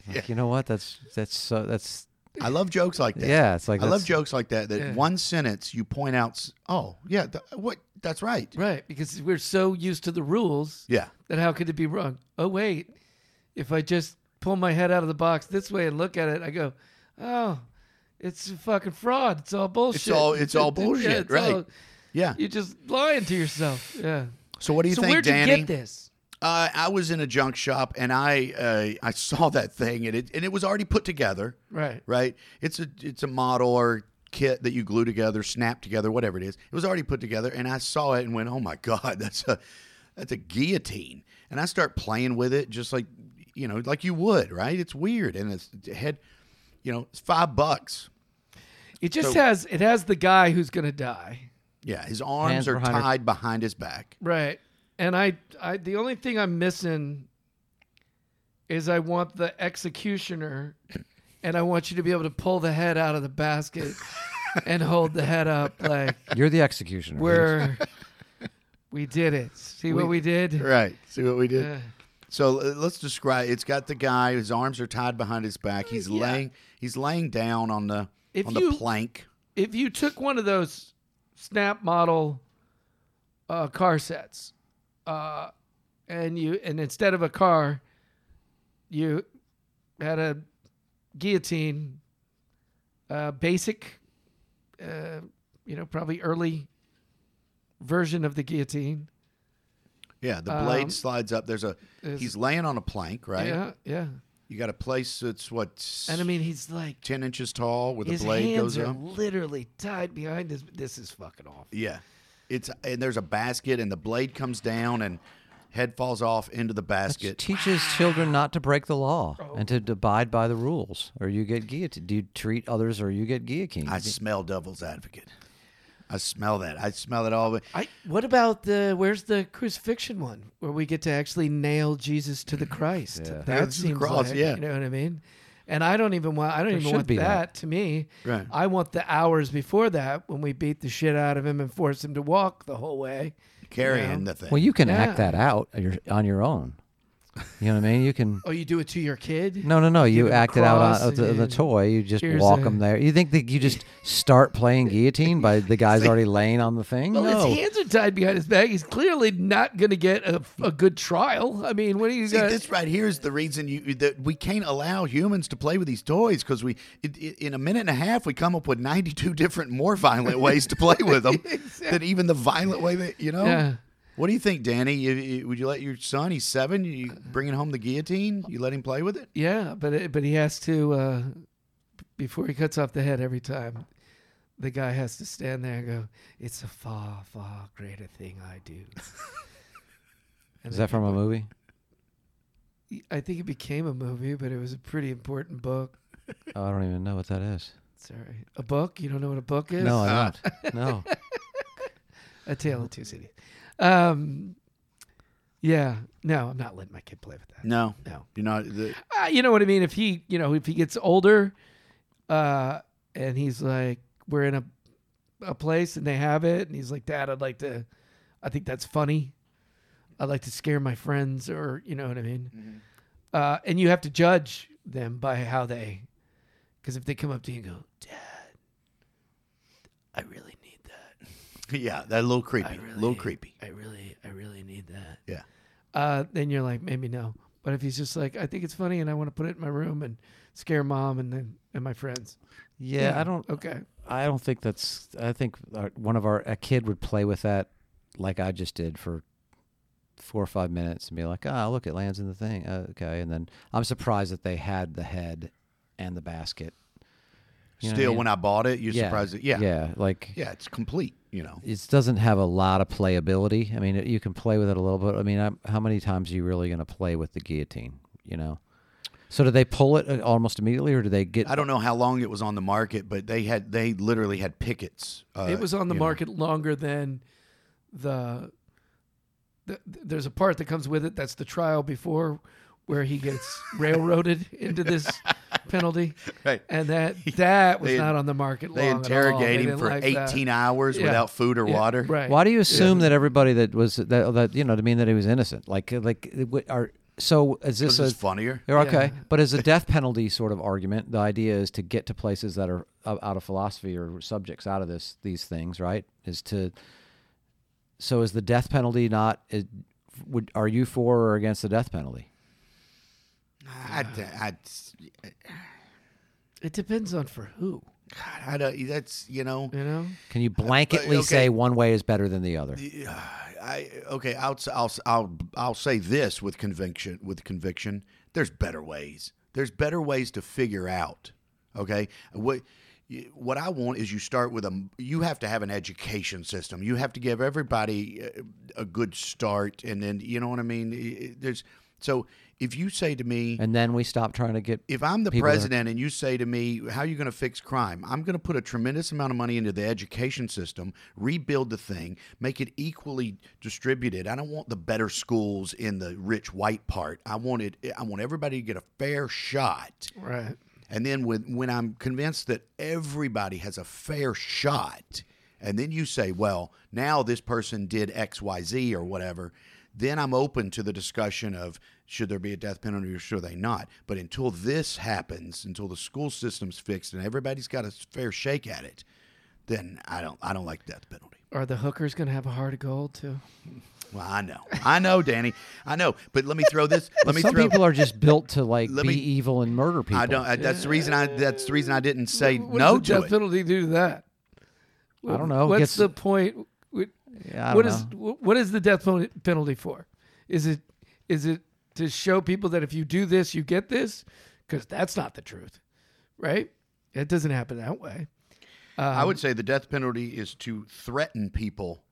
Like, You know what? That's that's so that's I love jokes like that. yeah. It's like I love that's- jokes like that. That Yeah. one sentence you point out. s- Oh yeah, th- what? That's right. Right, because we're so used to the rules Yeah. that how could it be wrong? Oh wait, if I just pull my head out of the box this way and look at it, I go, oh, it's a fucking fraud. It's all bullshit. all- it's all bullshit, it's right. Yeah. you're just lying to yourself. Yeah. So what do you so think, where'd Danny? you get this? Uh, I was in a junk shop and I uh, I saw that thing and it and it was already put together. Right. Right. It's a it's a model or kit that you glue together, snap together, whatever it is. It was already put together, and I saw it and went, "Oh my god, that's a that's a guillotine." And I start playing with it, just like you know, like you would, right? It's weird, and it's it had, you know, it's five bucks. It just So- has it has the guy who's gonna die. Yeah, his arms Hands are behind her- tied behind his back. Right. And I, I the only thing I'm missing is I want the executioner and I want you to be able to pull the head out of the basket and hold the head up like You're the executioner. we're we did it. See what we did? Right. See what we did. Uh, So uh, let's describe. It's got the guy. His arms are tied behind his back. He's laying. He's laying down on the Oh, If on the you- plank. if you took one of those snap model uh, car sets uh, and you and instead of a car you had a guillotine uh, basic uh, you know probably early version of the guillotine Yeah, the blade Um, slides up. There's a. is- He's laying on a plank, right? yeah yeah You got a place that's what and i mean he's like ten inches tall, where the his blade hands goes are up. literally tied behind his this is fucking awful Yeah, it's and there's a basket, and the blade comes down, and head falls off into the It basket. teaches children not to break the law and Oh. to abide by the rules, or you get guillotined. Do you treat others, or you get guillotined? I smell devil's advocate. I smell that. I smell it all. I what about the where's the crucifixion one where we get to actually nail Jesus to the Christ? That Yeah, to the seems cross, like, yeah. you know what I mean. And I don't even want I don't even should want be that. that, to me. Right. I want the hours before that when we beat the shit out of him and force him to walk the whole way. Carrying the thing. well, you can act Yeah. that out on your- on your own. You know what I mean? You can. Oh, you do it to your kid? No, no, no. You him a act it out cross on uh, the, the and toy. You just here's walk a- them there. You think that you just start playing guillotine by the guy's already laying on the thing? Well, no. his hands are tied behind his back. He's clearly not going to get a, a good trial. I mean, what do you See, got? this right here is the reason you that we can't allow humans to play with these toys because we it, it, in a minute and a half we come up with 92 different more violent ways to play with them than even the violent way that you know Yeah. what do you think danny You- you- would you let your son he's seven you bringing home the guillotine you let him play with it Yeah, but it, but he has to uh, b- before he cuts off the head every time. The guy has to stand there and go, "It's a far, far greater thing I do." And Is that from a movie? I think it became a movie, but it was a pretty important book. Oh, I don't even know what that is. Sorry, a book? You don't know what a book is? No, I don't. No. a Tale of Two Cities. Um, yeah, no, I'm not letting my kid play with that. no No. you know the, uh, you know what I mean. If he, you know, if he gets older, uh, and he's like, we're in a a place and they have it, and he's like, Dad, I'd like to, I think that's funny. I'd like to scare my friends, or you know what I mean. Uh, and you have to judge them by how they, because if they come up to you and go, Dad, I really need that. yeah that little creepy I really, little creepy I really, I really need that yeah uh, then you're like, maybe no. But if he's just like, I think it's funny and I want to put it in my room and scare mom and then and my friends. Yeah, I don't. Okay. I don't think that's. I think our, one of our a kid would play with that, like I just did for four or five minutes, and be like, "Ah, look, it lands in the thing." Uh, okay, and then I'm surprised that they had the head and the basket. You know what I still mean? when i bought it you're Yeah, surprised that, yeah. yeah yeah, like it's complete you know it doesn't have a lot of playability. I mean, you can play with it a little bit. I mean, I'm, how many times are you really going to play with the guillotine? You know. So do they pull it uh, almost immediately, or do they get? I don't know how long it was on the market, but they had they literally had pickets. Uh, it was on the you know. market longer than the, the there's a part that comes with it that's the trial before where he gets railroaded into this penalty. Right. And that that was They- not on the market They long at all. interrogate They him didn't for like that. 18 hours Yeah. without food or Yeah, water. Right. Why do you assume that everybody that was that, that you know to mean that he was innocent? Like uh, like what are so is this This a is funnier. Yeah, Okay, Yeah. but as a death penalty sort of argument, the idea is to get to places that are o- out of philosophy or subjects out of this these things, right? Is to so is the death penalty not? Is, would are you for or against the death penalty? I, I, I- It depends on for who, God, I don't, that's, you know, you know? Can you blanketly Uh, okay. say one way is better than the other? I, okay, I'll, s- I'll, s- I'll, I'll say this with conviction, with conviction, there's better ways. There's better ways to figure out. Okay. What, y- what I want is you start with a, you have to have an education system. You have to give everybody uh, a good start. And then, you know what I mean? Y- y- There's, so if you say to me, And then we stop trying to get. if I'm the people that are- president and you say to me, "How are you going to fix crime?" I'm going to put a tremendous amount of money into the education system, rebuild the thing, make it equally distributed. I don't want the better schools in the rich white part. I want it. I want everybody to get a fair shot. Right. And then when when I'm convinced that everybody has a fair shot, and then you say, well, now this person did X, Y, Z or whatever, then I'm open to the discussion of should there be a death penalty or should they not. But until this happens, until the school system's fixed and everybody's got a fair shake at it, then I don't I don't like death penalty. Are the hookers going to have a heart of gold too? Well, I know, I know, Danny, I know. But let me throw this. Let me Some throw. people are just built to like Let be me- evil and murder people. I don't. I, that's the reason I. That's the reason I didn't say What no does the to death it. penalty do to that? I don't know. It What's gets- the point? What- Yeah, I what don't is know. wh- what is the death pen- penalty for? Is it is it to show people that if you do this, you get this? Because that's not the truth, right? It doesn't happen that way. Um, I would say the death penalty is to threaten people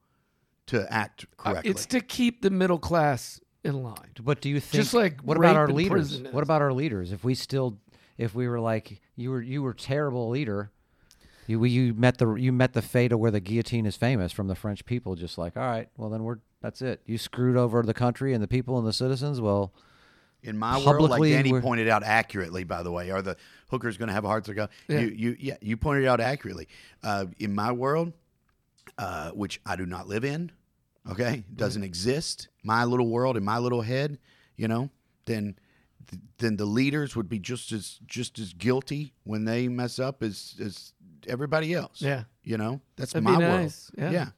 to act correctly. Uh, It's to keep the middle class in line. But do you think Just like what about rape our and leaders? prison is. What about our leaders? If we still, if we were like you were, you were terrible leader. You we- you met the you met the fate of where the guillotine is famous from the French people. Just like all right, well then we're that's it. You screwed over the country and the people and the citizens. Well, In my world, like publicly, Danny we're- pointed out accurately, by the way, are the hookers going to have a heart to go? You, you, yeah, you pointed out accurately. Uh, in my world, uh, which I do not live in, okay, Mm-hmm. doesn't exist. My little world in my little head, you know, then then the leaders would be just as just as guilty when they mess up as as everybody else. Yeah. you know, that's That'd be my nice. Yeah. world. Yeah.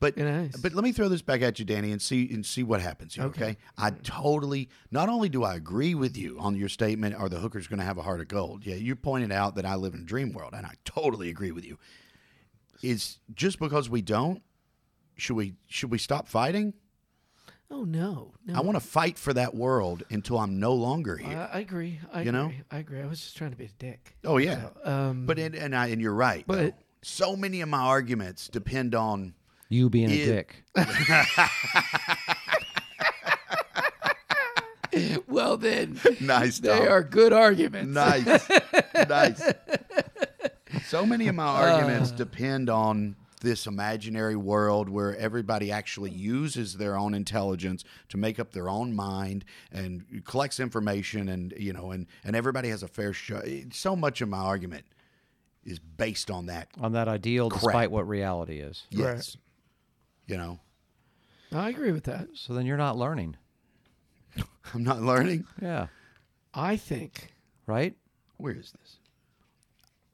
But Be nice. but let me throw this back at you, Danny, and see and see what happens here. Okay. I totally not only do I agree with you on your statement, are the hookers gonna have a heart of gold? Yeah, you pointed out that I live in a dream world, and I totally agree with you. Is just because we don't, should we should we stop fighting? Oh no, no. I want to fight for that world until I'm no longer here. I, I agree. I You agree. know? I agree. I was just trying to be a dick. oh yeah. Um, But and, and I and you're right. But- though. so many of my arguments depend on you being a Yeah. dick. well then, nice they dog. are good arguments. Nice. nice. So many of my arguments depend on this imaginary world where everybody actually uses their own intelligence to make up their own mind and collects information and you know and and everybody has a fair shot. So much of my argument is based on that. on that ideal, Crap. despite what reality is. Right. Yes. You know, No, I agree with that. So then you're not learning. I'm not learning. Yeah. I think Right. Where is this?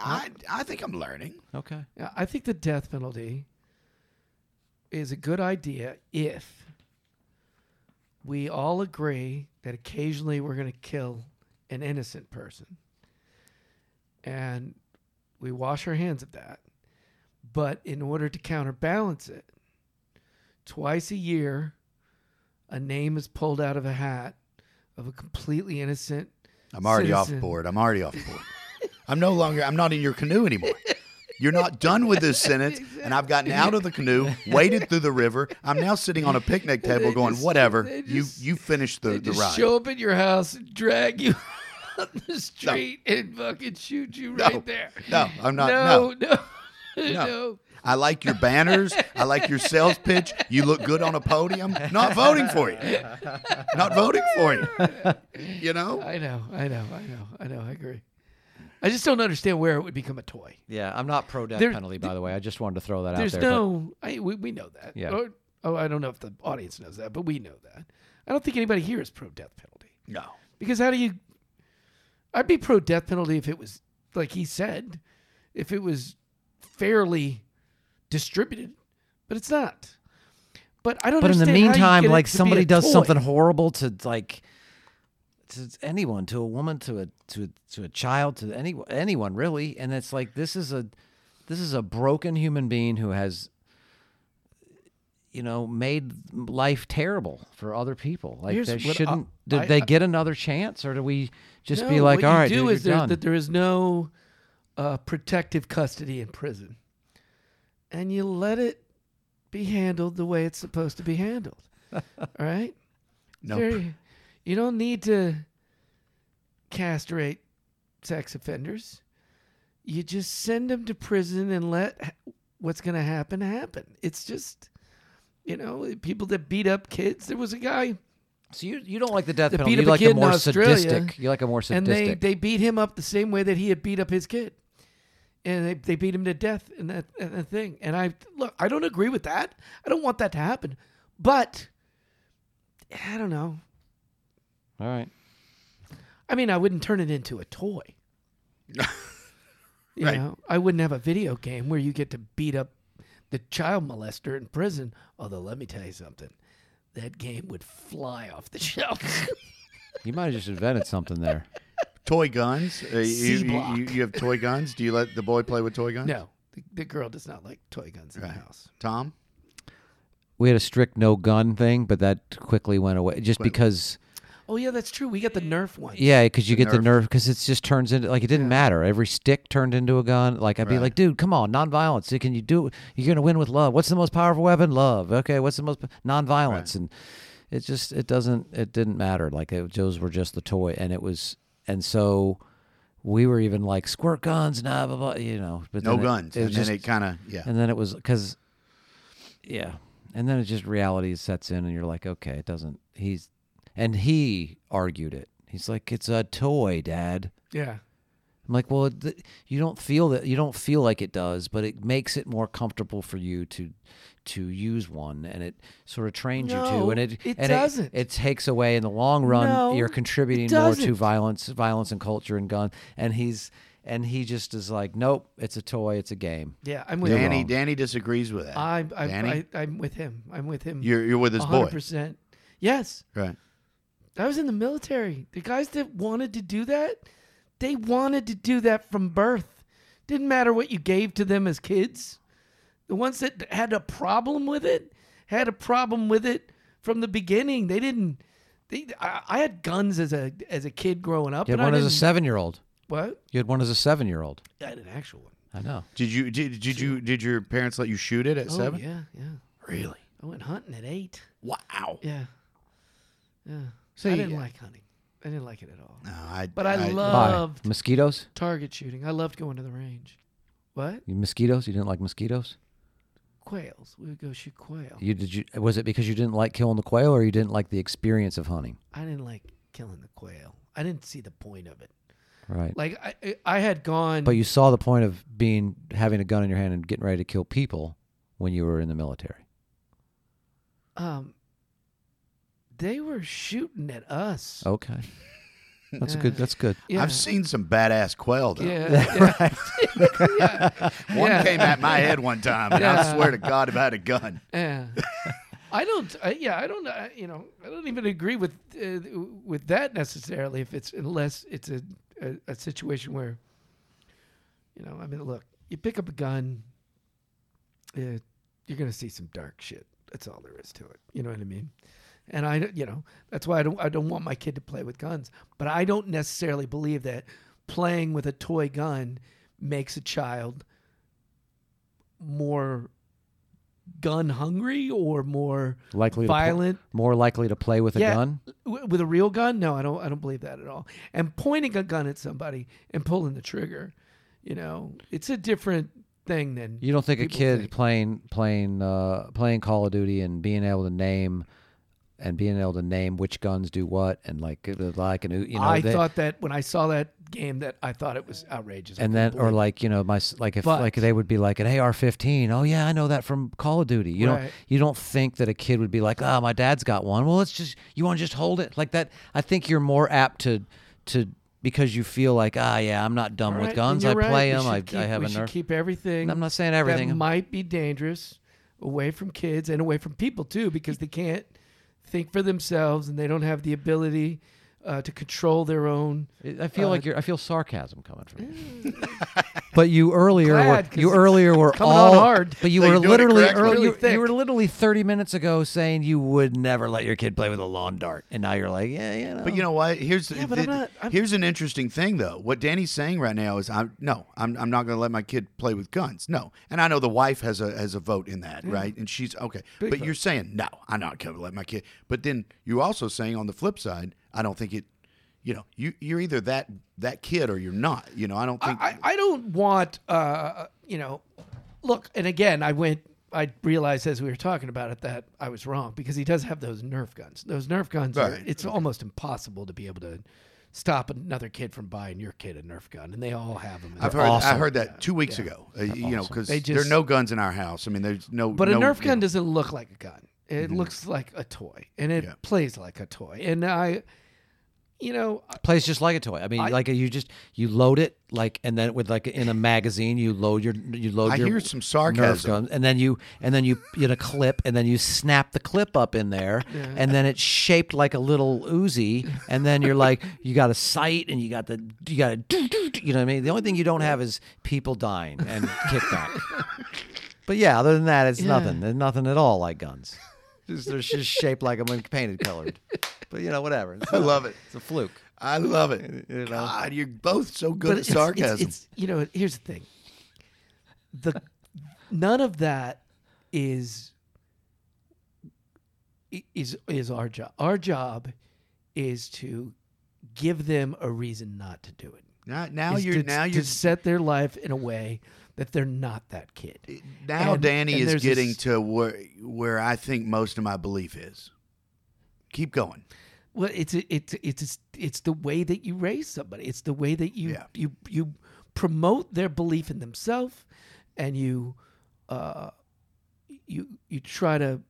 I I think I'm learning. Okay. Yeah, I think the death penalty is a good idea if we all agree that occasionally we're going to kill an innocent person. And we wash our hands of that. But in order to counterbalance it, twice a year, a name is pulled out of a hat of a completely innocent. I'm already citizen. off board. I'm already off board. I'm no longer. I'm not in your canoe anymore. You're not done with this sentence, and I've gotten out of the canoe, waded through the river. I'm now sitting on a picnic table, They going, just- "Whatever, they you just- you finish the They the just ride." show up at your house and drag you on the street and fucking shoot you right there. no, I'm not. no, No. no, No. no. I like your banners. I like your sales pitch. You look good on a podium. Not voting for you. Not voting for you. You know. I know, I know, I know, I know. I agree. I just don't understand where it would become a toy. Yeah, I'm not pro death There- penalty, by the way. I just wanted to throw that out There's there. but- no, I, we, we know that. Yeah. Or- oh, I don't know if the audience knows that, but we know that. I don't think anybody here is pro death penalty No. because how do you? I'd be pro death penalty if it was like he said, if it was fairly distributed, but it's not. But I don't. but in the understand how you meantime, get it like to be a somebody does toy. something horrible to like to anyone, to a woman, to a to to a child, to anyone, anyone really, and it's like this is a this is a broken human being who has you know made life terrible for other people. Like Here's they what I- shouldn't. did I- they I- get another chance, or do we just be No, like, what all you right, do dude, is you're there- done. that there is no uh, protective custody in prison, and you let it be handled the way it's supposed to be handled. All right, No. There- you don't need to castrate sex offenders. You just send them to prison and let ha- what's going to happen happen. It's just, you know, people that beat up kids. There was a guy. so you you don't like the death They penalty. beat You up a like kid the in more Australia, sadistic. You like a more and sadistic. they, they beat him up the same way that he had beat up his kid and they, they beat him to death in that, in that thing and i look i don't agree with that i don't want that to happen but i don't know all right. i mean i wouldn't turn it into a toy you Right. know i wouldn't have a video game where you get to beat up the child molester in prison although let me tell you something that game would fly off the shelf You might have just invented something there. Toy guns. Uh, you, you- block. you- you have toy guns. Do you let the boy play with toy guns? no the, the girl does not like toy guns in Right. the house Tom? we had a strict no gun thing, but that quickly went away just because oh yeah that's true we got the nerf one yeah, because you The get the Nerf. nerve because it just turns into like it didn't matter. Every stick turned into a gun. Like I'd be Right. like, dude, come on, nonviolence. Can you do? You're gonna win with love. What's the most powerful weapon? Love. Okay, what's the most nonviolence? And it just it doesn't it didn't matter. Like it, those were just the toy, and it was and so. We were even like squirt guns, nah, blah, blah, you know. But No then it- guns. It, and was just, then it kind of, yeah. and then it was because, yeah, and then it just reality sets in, and you're like, okay, it doesn't. He's and he argued it. He's like, it's a toy, Dad. yeah I'm like, well, th- you don't feel that you don't feel like it does, but it makes it more comfortable for you to to use one, and it sort of trains you No, to, and it it and doesn't. It, takes away in the long run. No, you're it contributing more to doesn't. violence, violence and culture and gun. And he's and he just is like, nope, it's a toy, it's a game. Yeah, I'm with Danny, him. wrong. Danny disagrees with that. I'm I, Danny? I, I'm with him. I'm with him. you're, you're with his boy. 100%. Yes, Right. I was in the military. The guys that wanted to do that, they wanted to do that from birth. Didn't matter what you gave to them as kids. The ones that had a problem with it had a problem with it from the beginning. They didn't. They, I, I had guns as a as a kid growing up. You had and I one as a didn't- seven year old. What? You had one as a seven year old. I had an actual one. I know. Did you did, did you did your parents let you shoot it at Oh seven? yeah, yeah. Really? I went hunting at eight. Wow. Yeah. Yeah. So I you- didn't like hunting. I didn't like it at all. No, I, But I love- Why? Loved. Mosquitoes? Target shooting. I loved going to the range. What? You mosquitoes? You didn't like mosquitoes? Quails. We would go shoot quail. You did you was it because you didn't like killing the quail or you didn't like the experience of hunting? I didn't like killing the quail. I didn't see the point of it. Right. Like I, I- I had gone. But you saw the point of being having a gun in your hand and getting ready to kill people when you were in the military. um, they were shooting at us. Okay. That's good. That's good. yeah. Oh, I've seen some badass quail though. Yeah, yeah, Right. yeah, One yeah, came at my head one time, and I Yeah. swear to God, if I had a gun, yeah. I don't. I, yeah, I don't. I, you know, I don't even agree with uh, with that necessarily. If it's unless it's a, a a situation where, you know, I mean, look, you pick up a gun, uh, you're gonna see some dark shit. That's all there is to it. You know what I mean? And I, don't- you know, that's why I don't. I don't want my kid to play with guns. But I don't necessarily believe that playing with a toy gun makes a child more gun hungry or more Likely to pl- violent more likely to play with a Yeah. gun. w- with a real gun no i don't i don't believe that at all and pointing a gun at somebody and pulling the trigger you know it's a different thing than You don't think a people kid think. playing playing uh, playing Call of Duty and being able to name and being able to name which guns do what and like like and you know I they- thought that when I saw that game, that I thought it was outrageous. I and couldn't then or believe- like you know my s- like if But- like they would be like an AR-15 oh yeah I know that from Call of Duty you don't Right. you don't think that a kid would be like oh my dad's got one well let's just you want to just hold it like that I think you're more apt to to because you feel like ah yeah I'm not dumb All with right, guns I and you're right. play We them should I, keep- I have we a should nerve Keep everything. I'm not saying everything that might be dangerous away from kids and away from people too, because they can't think for themselves and they don't have the ability uh, to control their own. I feel like you're I feel sarcasm coming from you but you earlier Mm. Glad, were 'cause you it's earlier were coming on all hard. but you Like, were doing it literally correctly. early, Really you, you thick. were literally 30 minutes ago saying you would never let your kid play with a lawn dart and now you're like yeah you know But you know what? Here's Oh. but I'm not- I'm- here's an interesting thing though. What Danny's saying right now is, I'm no, I'm, I'm not going to let my kid play with guns. No, and I know the wife has a has a vote in that, right? And she's okay. but you're saying no, I'm not going to let my kid. But then you're also saying on the flip side, I don't think it. You know, you you're either that that kid or you're not. You know, I don't think. I, I don't want, uh, you know, look, and again, I went, I realized as we were talking about it that I was wrong because he does have those Nerf guns. Those Nerf guns are, Right. it's almost impossible to be able to stop another kid from buying your kid a Nerf gun, and they all have them. I've heard, I awesome. heard that two weeks ago. Uh, you know, because They there are just- no guns in our house. I mean, there's no. But no, a Nerf you know, gun doesn't look like a gun. It looks like a toy, and it Yeah. plays like a toy. And I, you know, plays just like a toy. I mean, like you just you load it like, and then with like in a magazine, you load your you load. I your hear some Nerf sarcasm. gun, and then you and then you get a clip, and then you snap the clip up in there, and then it's shaped like a little Uzi, and then you're like, you got a sight, and you got the you got a do, do, do, you know what I mean. The only thing you don't have is people dying and kickback. But yeah, other than that, it's nothing. There's nothing at all like guns. Just, they're just shaped like them and painted colored. But you know, whatever. It's I love it. It's a fluke. I love it. You know? God, you're both so good but at it's, sarcasm. It's, it's you know, here's the thing. The none of that is i- is is our job. Our job is to give them a reason not to do it. now, now Is you're to, now to you're set their life in a way that they're not that kid. eh, now And- Danny and is there's getting this- to where where I think most of my belief is. Keep going. Well, it's it's it's it's the way that you raise somebody. It's the way that you Yeah. you you promote their belief in themselves, and you uh, you you try to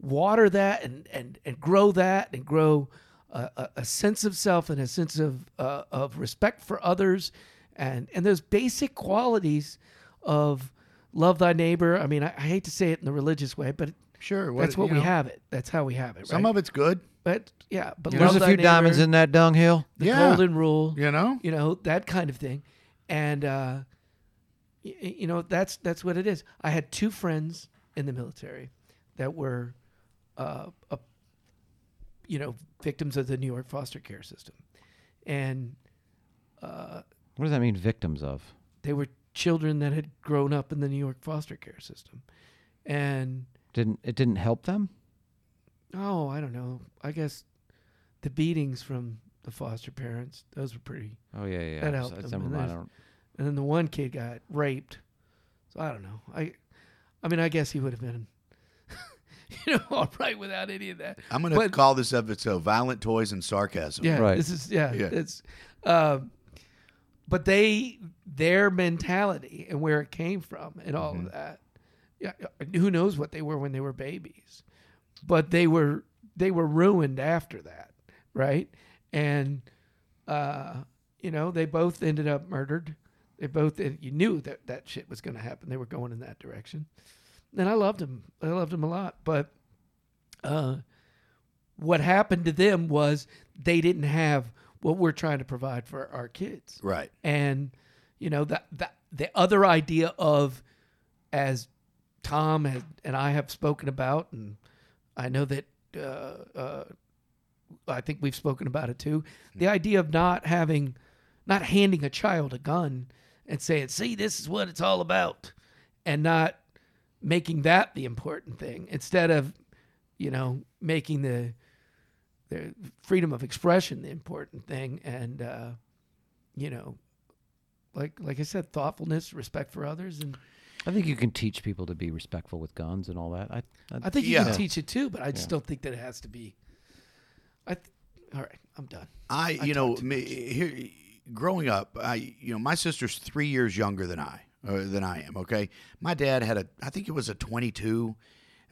water that and and and grow that and grow a, a, a sense of self and a sense of uh, of respect for others, and and those basic qualities of love thy neighbor. I mean, I, I hate to say it in the religious way, but Sure, that's what you we know, have it. That's how we have it. Some right? of it's good, but yeah, but There's love a thy few diamonds neighbor, in that dunghill. the Yeah. golden rule, you know. you know that kind of thing, and uh, y- y- you know that's that's what it is. I had two friends in the military that were, uh, a, you know, victims of the New York foster care system, and What does that mean? Victims of? they were children that had grown up in the New York foster care system, and Didn't it didn't help them? oh, I don't know, I guess the beatings from the foster parents those were pretty Oh yeah, yeah. That helped them, and there's- and then the one kid got raped. So I don't know. I, I mean, I guess he would have been, you know, all right without any of that. I'm going to But- call this episode "Violent Toys and Sarcasm." Yeah, Right. this is yeah, Yeah. it's, um, but they their mentality and where it came from and all of that. Yeah, who knows what they were when they were babies, but they were they were ruined after that, right? And uh, you know, they both ended up murdered. They both you knew that that shit was going to happen. They were going in that direction. And I loved him. I loved him a lot, but uh, what happened to them was they didn't have what we're trying to provide for our kids. Right. And you know that that the other idea of as Tom has, and I have spoken about, and I know that uh, uh, I think we've spoken about it too. The idea of not having, not handing a child a gun and saying, "See, this is what it's all about," and not making that the important thing instead of, you know, making the the freedom of expression the important thing, and uh, you know, like like I said, thoughtfulness, respect for others, and I think you can teach people to be respectful with guns and all that. I, I, I think you Yeah. can teach it too, but I just Yeah. don't think that it has to be. I th- all right, I'm done. I, you know, talk too me, here, growing up, I, you know, my sister's three years younger than I, uh, than I am. Okay, my dad had a, I think it was a 22,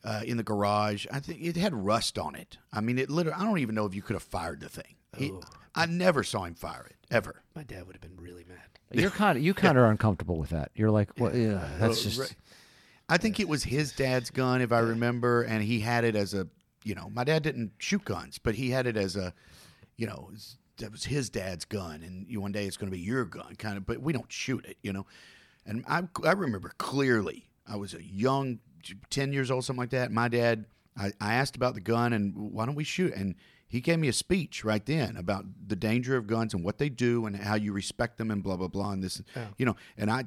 uh, in the garage. I think it had rust on it. I mean, it literally. I don't even know if you could have fired the thing. He- I never saw him fire it ever. My dad would have been really mad. you're kind of you kind of are uncomfortable with that. You're like, well, yeah, that's just right. I think it was his dad's gun, if I remember, and he had it as a, you know, my dad didn't shoot guns, but he had it as a, you know, s- that was his dad's gun, and you, one day it's going to be your gun, kind of. But we don't shoot it, you know. And I, I remember clearly, I was a young, ten years old, something like that. My dad, I, I asked about the gun and why don't we shoot, and he gave me a speech right then about the danger of guns and what they do and how you respect them and blah blah blah and this you know and i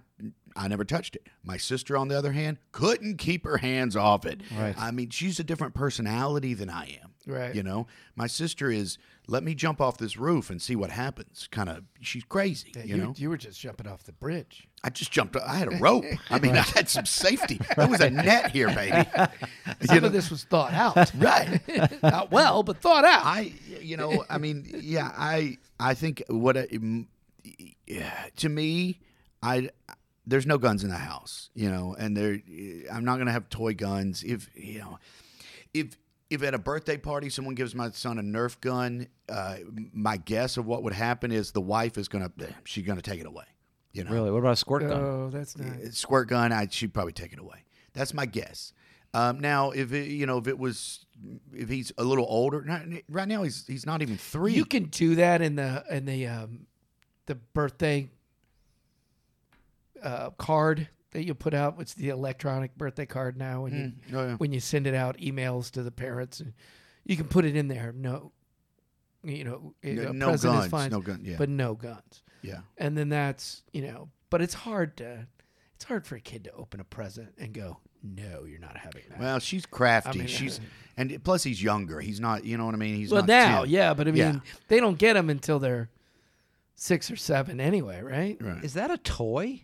i never touched it my sister on the other hand couldn't keep her hands off it Right. i mean she's a different personality than i am Right. you know my sister is let me jump off this roof and see what happens kind of she's crazy Yeah, you, know you were just jumping off the bridge. i just jumped i had a rope i mean i had some safety there was a net here baby Some of this was thought out, right not well, but thought out. I, you know, I mean, yeah, I, I think what, I, mm, yeah, to me, I, there's no guns in the house, you know, and there, I'm not gonna have toy guns if you know, if if at a birthday party someone gives my son a Nerf gun, uh, my guess of what would happen is the wife is gonna, she's gonna take it away, you know, really. What about a squirt gun? oh, that's not. squirt gun, I she'd probably take it away. That's my guess. Um, now, if it, you know, if it was, if he's a little older, not- right now he's he's not even three. You can do that in the in the um, the birthday uh, card that you put out. It's the electronic birthday card now, and you, oh, yeah. when you send it out, emails to the parents, and you can put it in there. No, you know, No- a no present guns, is fine, no gun- yeah. but no guns. yeah, And then that's you know, but it's hard to it's hard for a kid to open a present and go, no, you're not having that. well, she's crafty. I mean- she's and plus he's younger. He's not, you know what I mean. He's Well, not now, 10. yeah, but I mean, Yeah. they don't get them until they're six or seven anyway, right? Right. Is that a toy?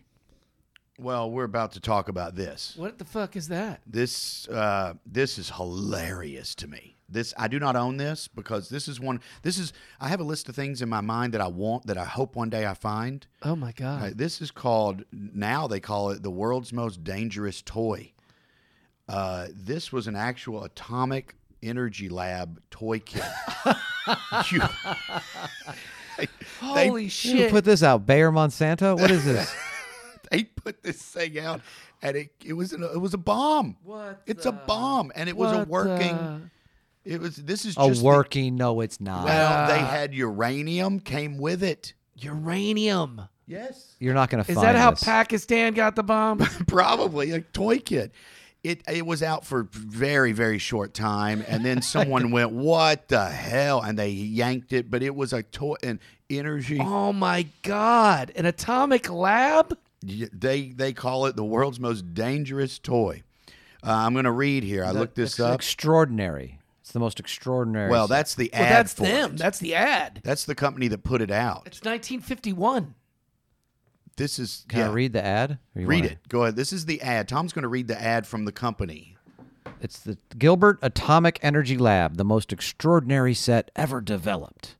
Well, we're about to talk about this. What the fuck is that? This uh, this is hilarious to me. This I do not own this because this is one. This is I have a list of things in my mind that I want that I hope one day I find. Oh my god! Uh, this is called now they call it the world's most dangerous toy. Uh, this was an actual atomic energy lab toy kit. You- Holy Who shit! put this out? Bayer Monsanto? What is this? they put this thing out, and it it was an, it was a bomb. What It's a the- bomb, and it was a what working. the- It was this is a just the- working? no, it's not. well, they had uranium came with it. uranium. Yes. You're not going to Is find that how this. Pakistan got the bomb? probably a toy kit. It it was out for very very short time, and then someone went, "What the hell?" and they yanked it. But it was a toy and energy. oh my god! An atomic lab? y- They they call it the world's most dangerous toy. Uh, I'm gonna read here. I looked this It's up. extraordinary. It's the most extraordinary. Well, that's the ad. Well, that's for them. it. That's the ad. That's the company that put it out. It's 1951. This is Can yeah. I read the ad? Or you Read wanna- it. Go ahead. This is the ad. Tom's going to read the ad from the company. It's the Gilbert Atomic Energy Lab, the most extraordinary set ever developed.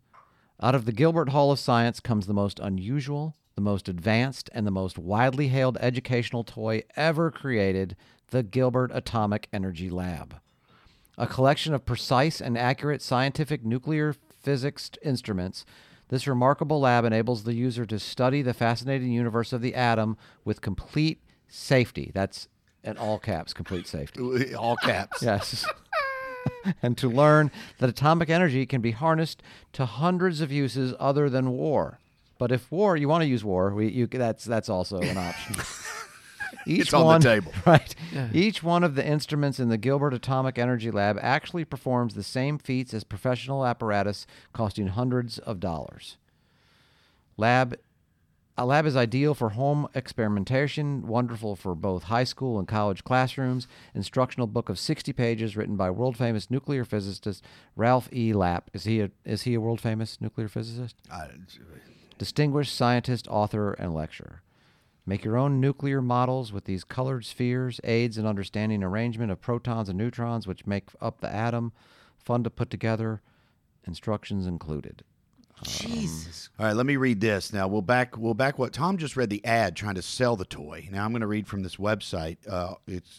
Out of the Gilbert Hall of Science comes the most unusual, the most advanced, and the most widely hailed educational toy ever created the Gilbert Atomic Energy Lab. A collection of precise and accurate scientific nuclear physics instruments, this remarkable lab enables the user to study the fascinating universe of the atom with complete safety. That's in all caps, complete safety. All caps. Yes. and to learn that atomic energy can be harnessed to hundreds of uses other than war. But if war, you want to use war, we, you, that's that's also an option. Each It's on the one, table. right? Each one of the instruments in the Gilbert Atomic Energy Lab actually performs the same feats as professional apparatus, costing hundreds of dollars. Lab a lab is ideal for home experimentation, wonderful for both high school and college classrooms. Instructional book of 60 pages written by world famous nuclear physicist Ralph E. Lapp. Is he a, is he a world famous nuclear physicist? I- Distinguished scientist, author, and lecturer. Make your own nuclear models with these colored spheres, aids in understanding arrangement of protons and neutrons, which make up the atom. Fun to put together. Instructions included. Jesus. All right, let me read this. Now we'll back we'll back what Tom just read the ad trying to sell the toy. Now I'm going to read from this website. Uh, it's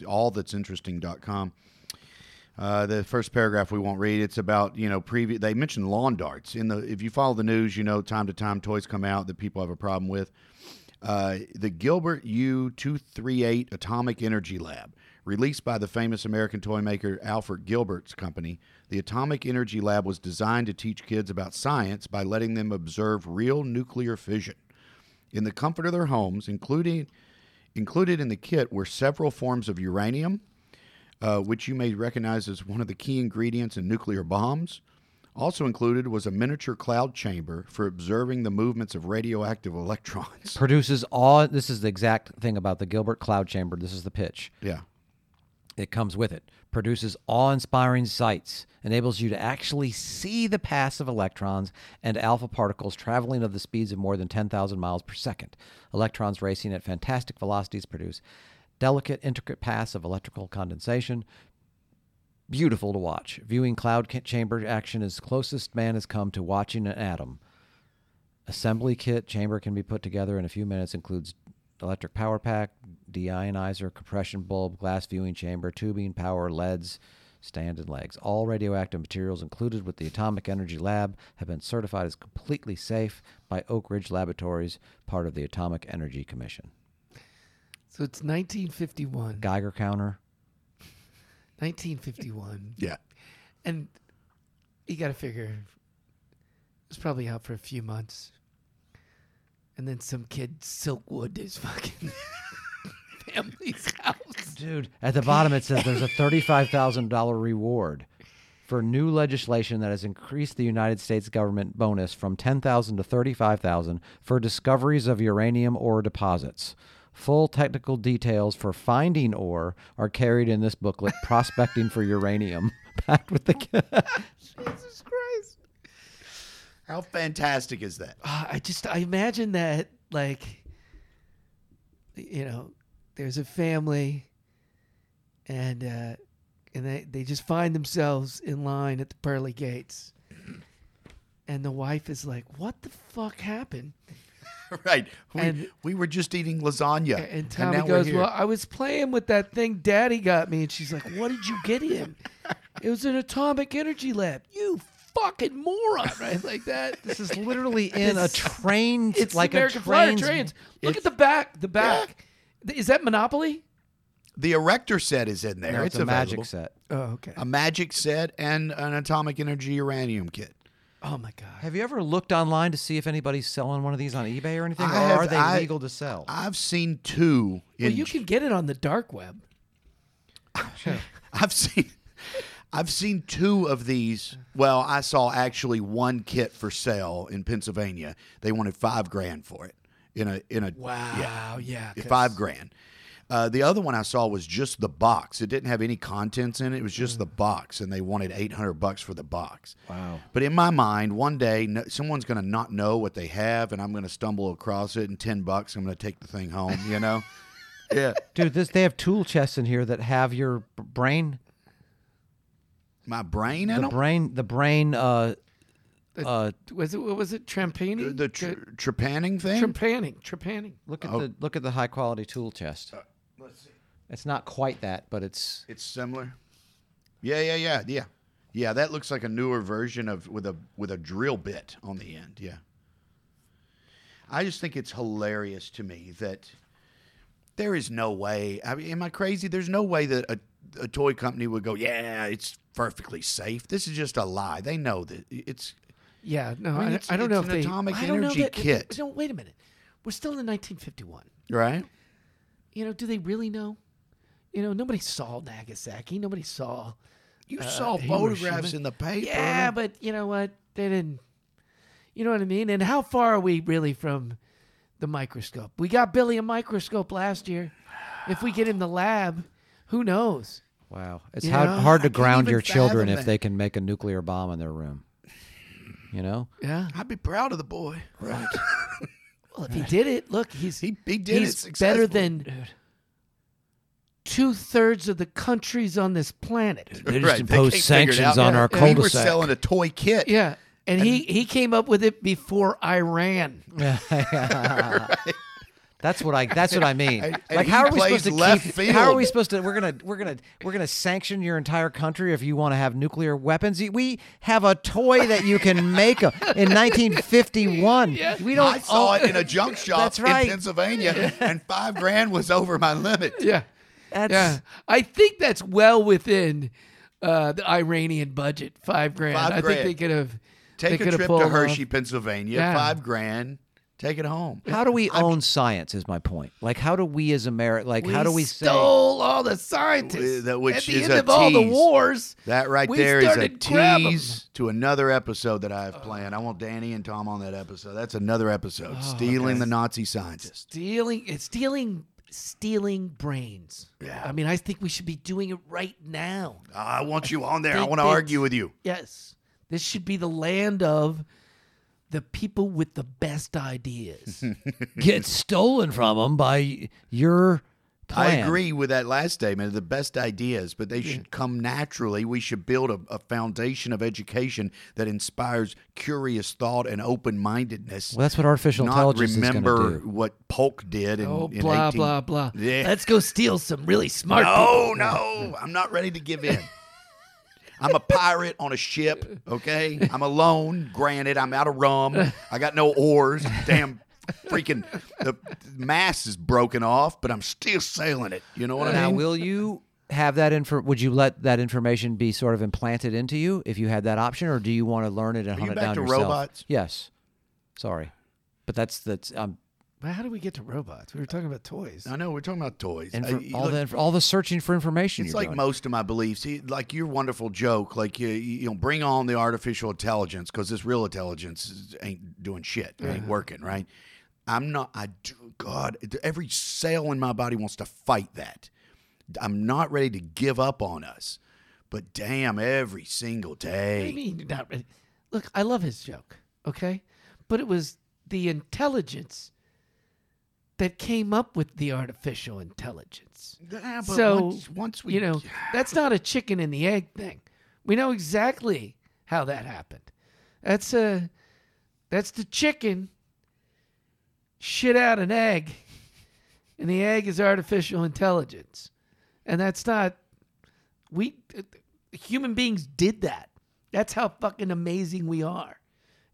allthat'sinteresting.com. Uh, the first paragraph we won't read. It's about you know previous. They mentioned lawn darts in the. If you follow the news, you know time to time toys come out that people have a problem with. Uh, the Gilbert U two three eight Atomic Energy Lab, released by the famous American toy maker Alfred Gilbert's company. The Atomic Energy Lab was designed to teach kids about science by letting them observe real nuclear fission. In the comfort of their homes, including included in the kit were several forms of uranium, uh, which you may recognize as one of the key ingredients in nuclear bombs. Also included was a miniature cloud chamber for observing the movements of radioactive electrons. Produces all. This is the exact thing about the Gilbert Cloud Chamber. This is the pitch. Yeah. It comes with it. Produces awe inspiring sights, enables you to actually see the paths of electrons and alpha particles traveling at the speeds of more than 10,000 miles per second. Electrons racing at fantastic velocities produce delicate, intricate paths of electrical condensation. Beautiful to watch. Viewing cloud ca- chamber action is closest man has come to watching an atom. Assembly kit chamber can be put together in a few minutes. Includes electric power pack, deionizer, compression bulb, glass viewing chamber, tubing, power, LEDs, stand, and legs. All radioactive materials included with the Atomic Energy Lab have been certified as completely safe by Oak Ridge Laboratories, part of the Atomic Energy Commission. So it's 1951. Geiger counter. 1951. Yeah. And you got to figure it's probably out for a few months. And then some kid Silkwood is fucking family's house. Dude, at the bottom it says there's a $35,000 reward for new legislation that has increased the United States government bonus from 10,000 to 35,000 for discoveries of uranium ore deposits. Full technical details for finding ore are carried in this booklet prospecting for uranium packed with the Jesus Christ. How fantastic is that? Uh, I just I imagine that like you know there's a family and uh and they they just find themselves in line at the pearly gates and the wife is like what the fuck happened right. We, And- we were just eating lasagna. A- and Tommy now we're goes here. well I was playing with that thing daddy got me and she's like what did you get him it was an atomic energy lab you fucking moron right like that this is literally in a train It's like the American a Flyer train's- trains. Look at the back. The back. Th- Is that Monopoly? The erector set is in there. No, it's, a magic available. set. Oh, okay. A magic set and an atomic energy uranium kit. oh my god. Have you ever looked online to see if anybody's selling one of these on eBay or anything? I or have- are they I- legal to sell? I've seen two in Well, you can get it on the dark web. I've seen I've seen two of these. Well, I saw actually one kit for sale in Pennsylvania. They wanted five grand for it. In a in a Wow. Yeah. yeah, 'cause- five grand. Uh, the other one I saw was just the box. It didn't have any contents in it. It was Mm. just the box, and they wanted eight hundred bucks for the box. Wow. But in my mind, one day no, someone's going to not know what they have, and I'm going to stumble across it. And ten bucks, I'm going to take the thing home. You know? yeah. Dude, this they have tool chests in here that have your b- brain, My brain in the 'em? brain, the brain. Uh, The- uh, Was it? What was it? Trampani. the tr- trepanning thing. Trampani. Trampani. look Oh. at the look at the high quality tool Uh, chest. It's not quite that, but it's It's similar. Yeah, yeah, yeah, yeah, yeah. That looks like a newer version of with a with a drill bit on the end. Yeah. I just think it's hilarious to me that there is no way. I mean, am I crazy? There's no way that a, a toy company would go, yeah, it's perfectly safe. This is just a lie. They know that it's. Yeah. No, mean, I, it's- I don't know it's if an they. atomic I don't know energy that- kit. No, wait a minute. We're still in 1951. Right. You know, do they really know? You know, nobody saw Nagasaki. Nobody saw. You uh, saw Hiroshima. photographs in the paper. Yeah, but you know what? They didn't. You know what I mean? And how far are we really from the microscope? We got Billy a microscope last year. If we get in the lab, who knows? wow. It's You hard, know, hard I to can't ground even your children fathom if that. they can make a nuclear bomb in their room. You know, Yeah. I'd be proud of the boy. Right. Well, if he did it, look, he's He- he did it he's better successfully, than two thirds of the countries on this planet. They just Right, they imposed can't figure it sanctions out. on Yeah, our and We were cul-de-sac. selling a toy kit. Yeah, and he he came up with it before Iran. That's what I. That's what I mean. And- and like, he how are we plays supposed to left keep? How are we field. supposed to? We're gonna. We're gonna. We're gonna sanction your entire country if you want to have nuclear weapons. You- We have a toy that you can make a, in 1951. We don't. I saw oh, it in a junk shop That's right. in Pennsylvania, and five grand was over my limit. Yeah, That's, yeah. I think that's well within uh, the Iranian budget, five grand. Five I grand. think they could have they Take could a have trip pulled to off. Hershey, Pennsylvania, Yeah. five grand, take it home. How do we own science? Is my point. Like, how do we as America? Like, how do we say? stole all the scientists? That- which at the is end a of all the tease. wars. That right we there is a started grab 'em. tease to another episode that I have planned. I want Danny and Tom on that episode. That's another episode. Stealing the Nazi scientist. Stealing it's stealing stealing brains. Yeah. I mean, I think we should be doing it right now. I want you on there. I think want to they- argue with you. Yes. This should be the land of the people with the best ideas. Get stolen from them by your I plan. agree with that last statement. The best ideas, but they should come naturally. We should build a, a foundation of education that inspires curious thought and open mindedness. Well, that's what artificial not intelligence is remember going to do. what Polk did. In, oh, in blah 18 blah blah. Yeah. Let's go steal some really smart No, no, I'm not ready to give in. I'm a pirate on a ship, okay? I'm alone, granted. I'm out of rum. I got no oars. Damn freaking the mast is broken off, but I'm still sailing it. You know what I Now, mean? will you have that info? Would you let that information be sort of implanted into you if you had that option, or do you want to learn it and you hunt it back down to yourself? robots? Yes. Sorry, but that's that's um, people. How do we get to robots? We were talking about toys. I know we're talking about toys. and I- you all look- the inf- all the searching for information. It's you're like doing. most of my beliefs. He, like your wonderful joke, like you, you know, bring on the artificial intelligence because this real intelligence is- ain't doing shit, It ain't working, right? I'm not. I do. God, every cell in my body wants to fight that. I'm not ready to give up on us, but damn, every single What do day. you mean you're not ready? Look, I love his joke, okay? But it was the intelligence that came up with the artificial intelligence. Yeah, but so once, once we, you know, that's not a chicken and the egg thing. We know exactly how that happened. That's a that's the chicken shit out an egg, and the egg is artificial intelligence, and that's not we uh, human beings did that. That's how fucking amazing we are.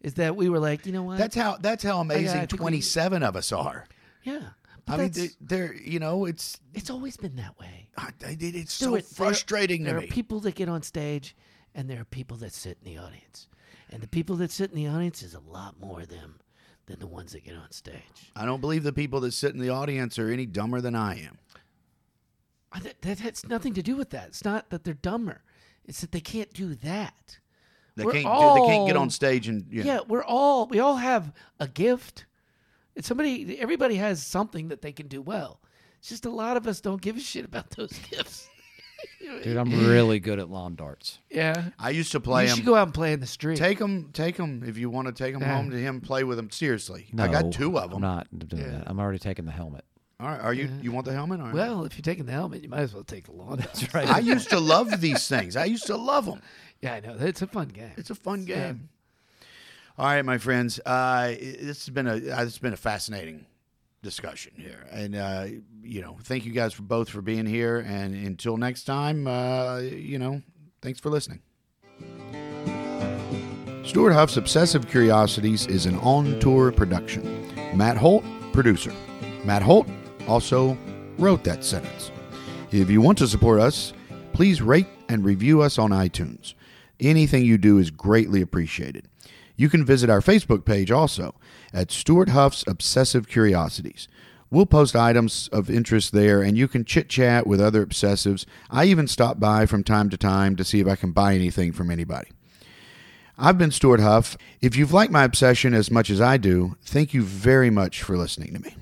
Is that we were like, you know what? that's how that's how amazing think we- 27 of us are. yeah. But I mean, that's- they're you know, it's it's always been that way. I- it, it's do so it. There- frustrating There, to me. are people that get on stage, and there are people that sit in the audience, and the people that sit in the audience is a lot more of them than the ones that get on stage. I don't believe the people that sit in the audience are any dumber than I am. I, that, that has nothing to do with that. It's not that they're dumber. It's that they can't do that. They We're can't do, they can't get all- on stage and you Yeah. know, we're all we all have a gift. It's somebody. Everybody has something that they can do well. It's just a lot of us don't give a shit about those gifts. Dude, I'm really good at lawn darts. yeah, I used to play you should them. go out and play in the street. Take them, take them if you want to take them home to him. Play with them seriously. I No, got two of I'm them. not doing that. I'm already taking the helmet. All right, are you? You want the helmet? All right. well, if you're taking the helmet, you might as well take the lawn. That's right. I used to love these things. I used to love them. Yeah, I know. It's a fun game. It's a fun game. All right, my friends. Uh, i- this has been a uh, this has been a fascinating discussion here, and uh, you know, thank you guys for both for being here. And until next time, uh, you know, thanks for listening. Stuart Huff's Obsessive Curiosities is an on tour production. Matt Holt, producer. Matt Holt also wrote that sentence. If you want to support us, please rate and review us on iTunes. Anything you do is greatly appreciated. You can visit our Facebook page also at Stuart Huff's Obsessive Curiosities. We'll post items of interest there and you can chit chat with other obsessives. I even stop by from time to time to see if I can buy anything from anybody. I've been Stuart Huff. If you've liked my obsession as much as I do, thank you very much for listening to me.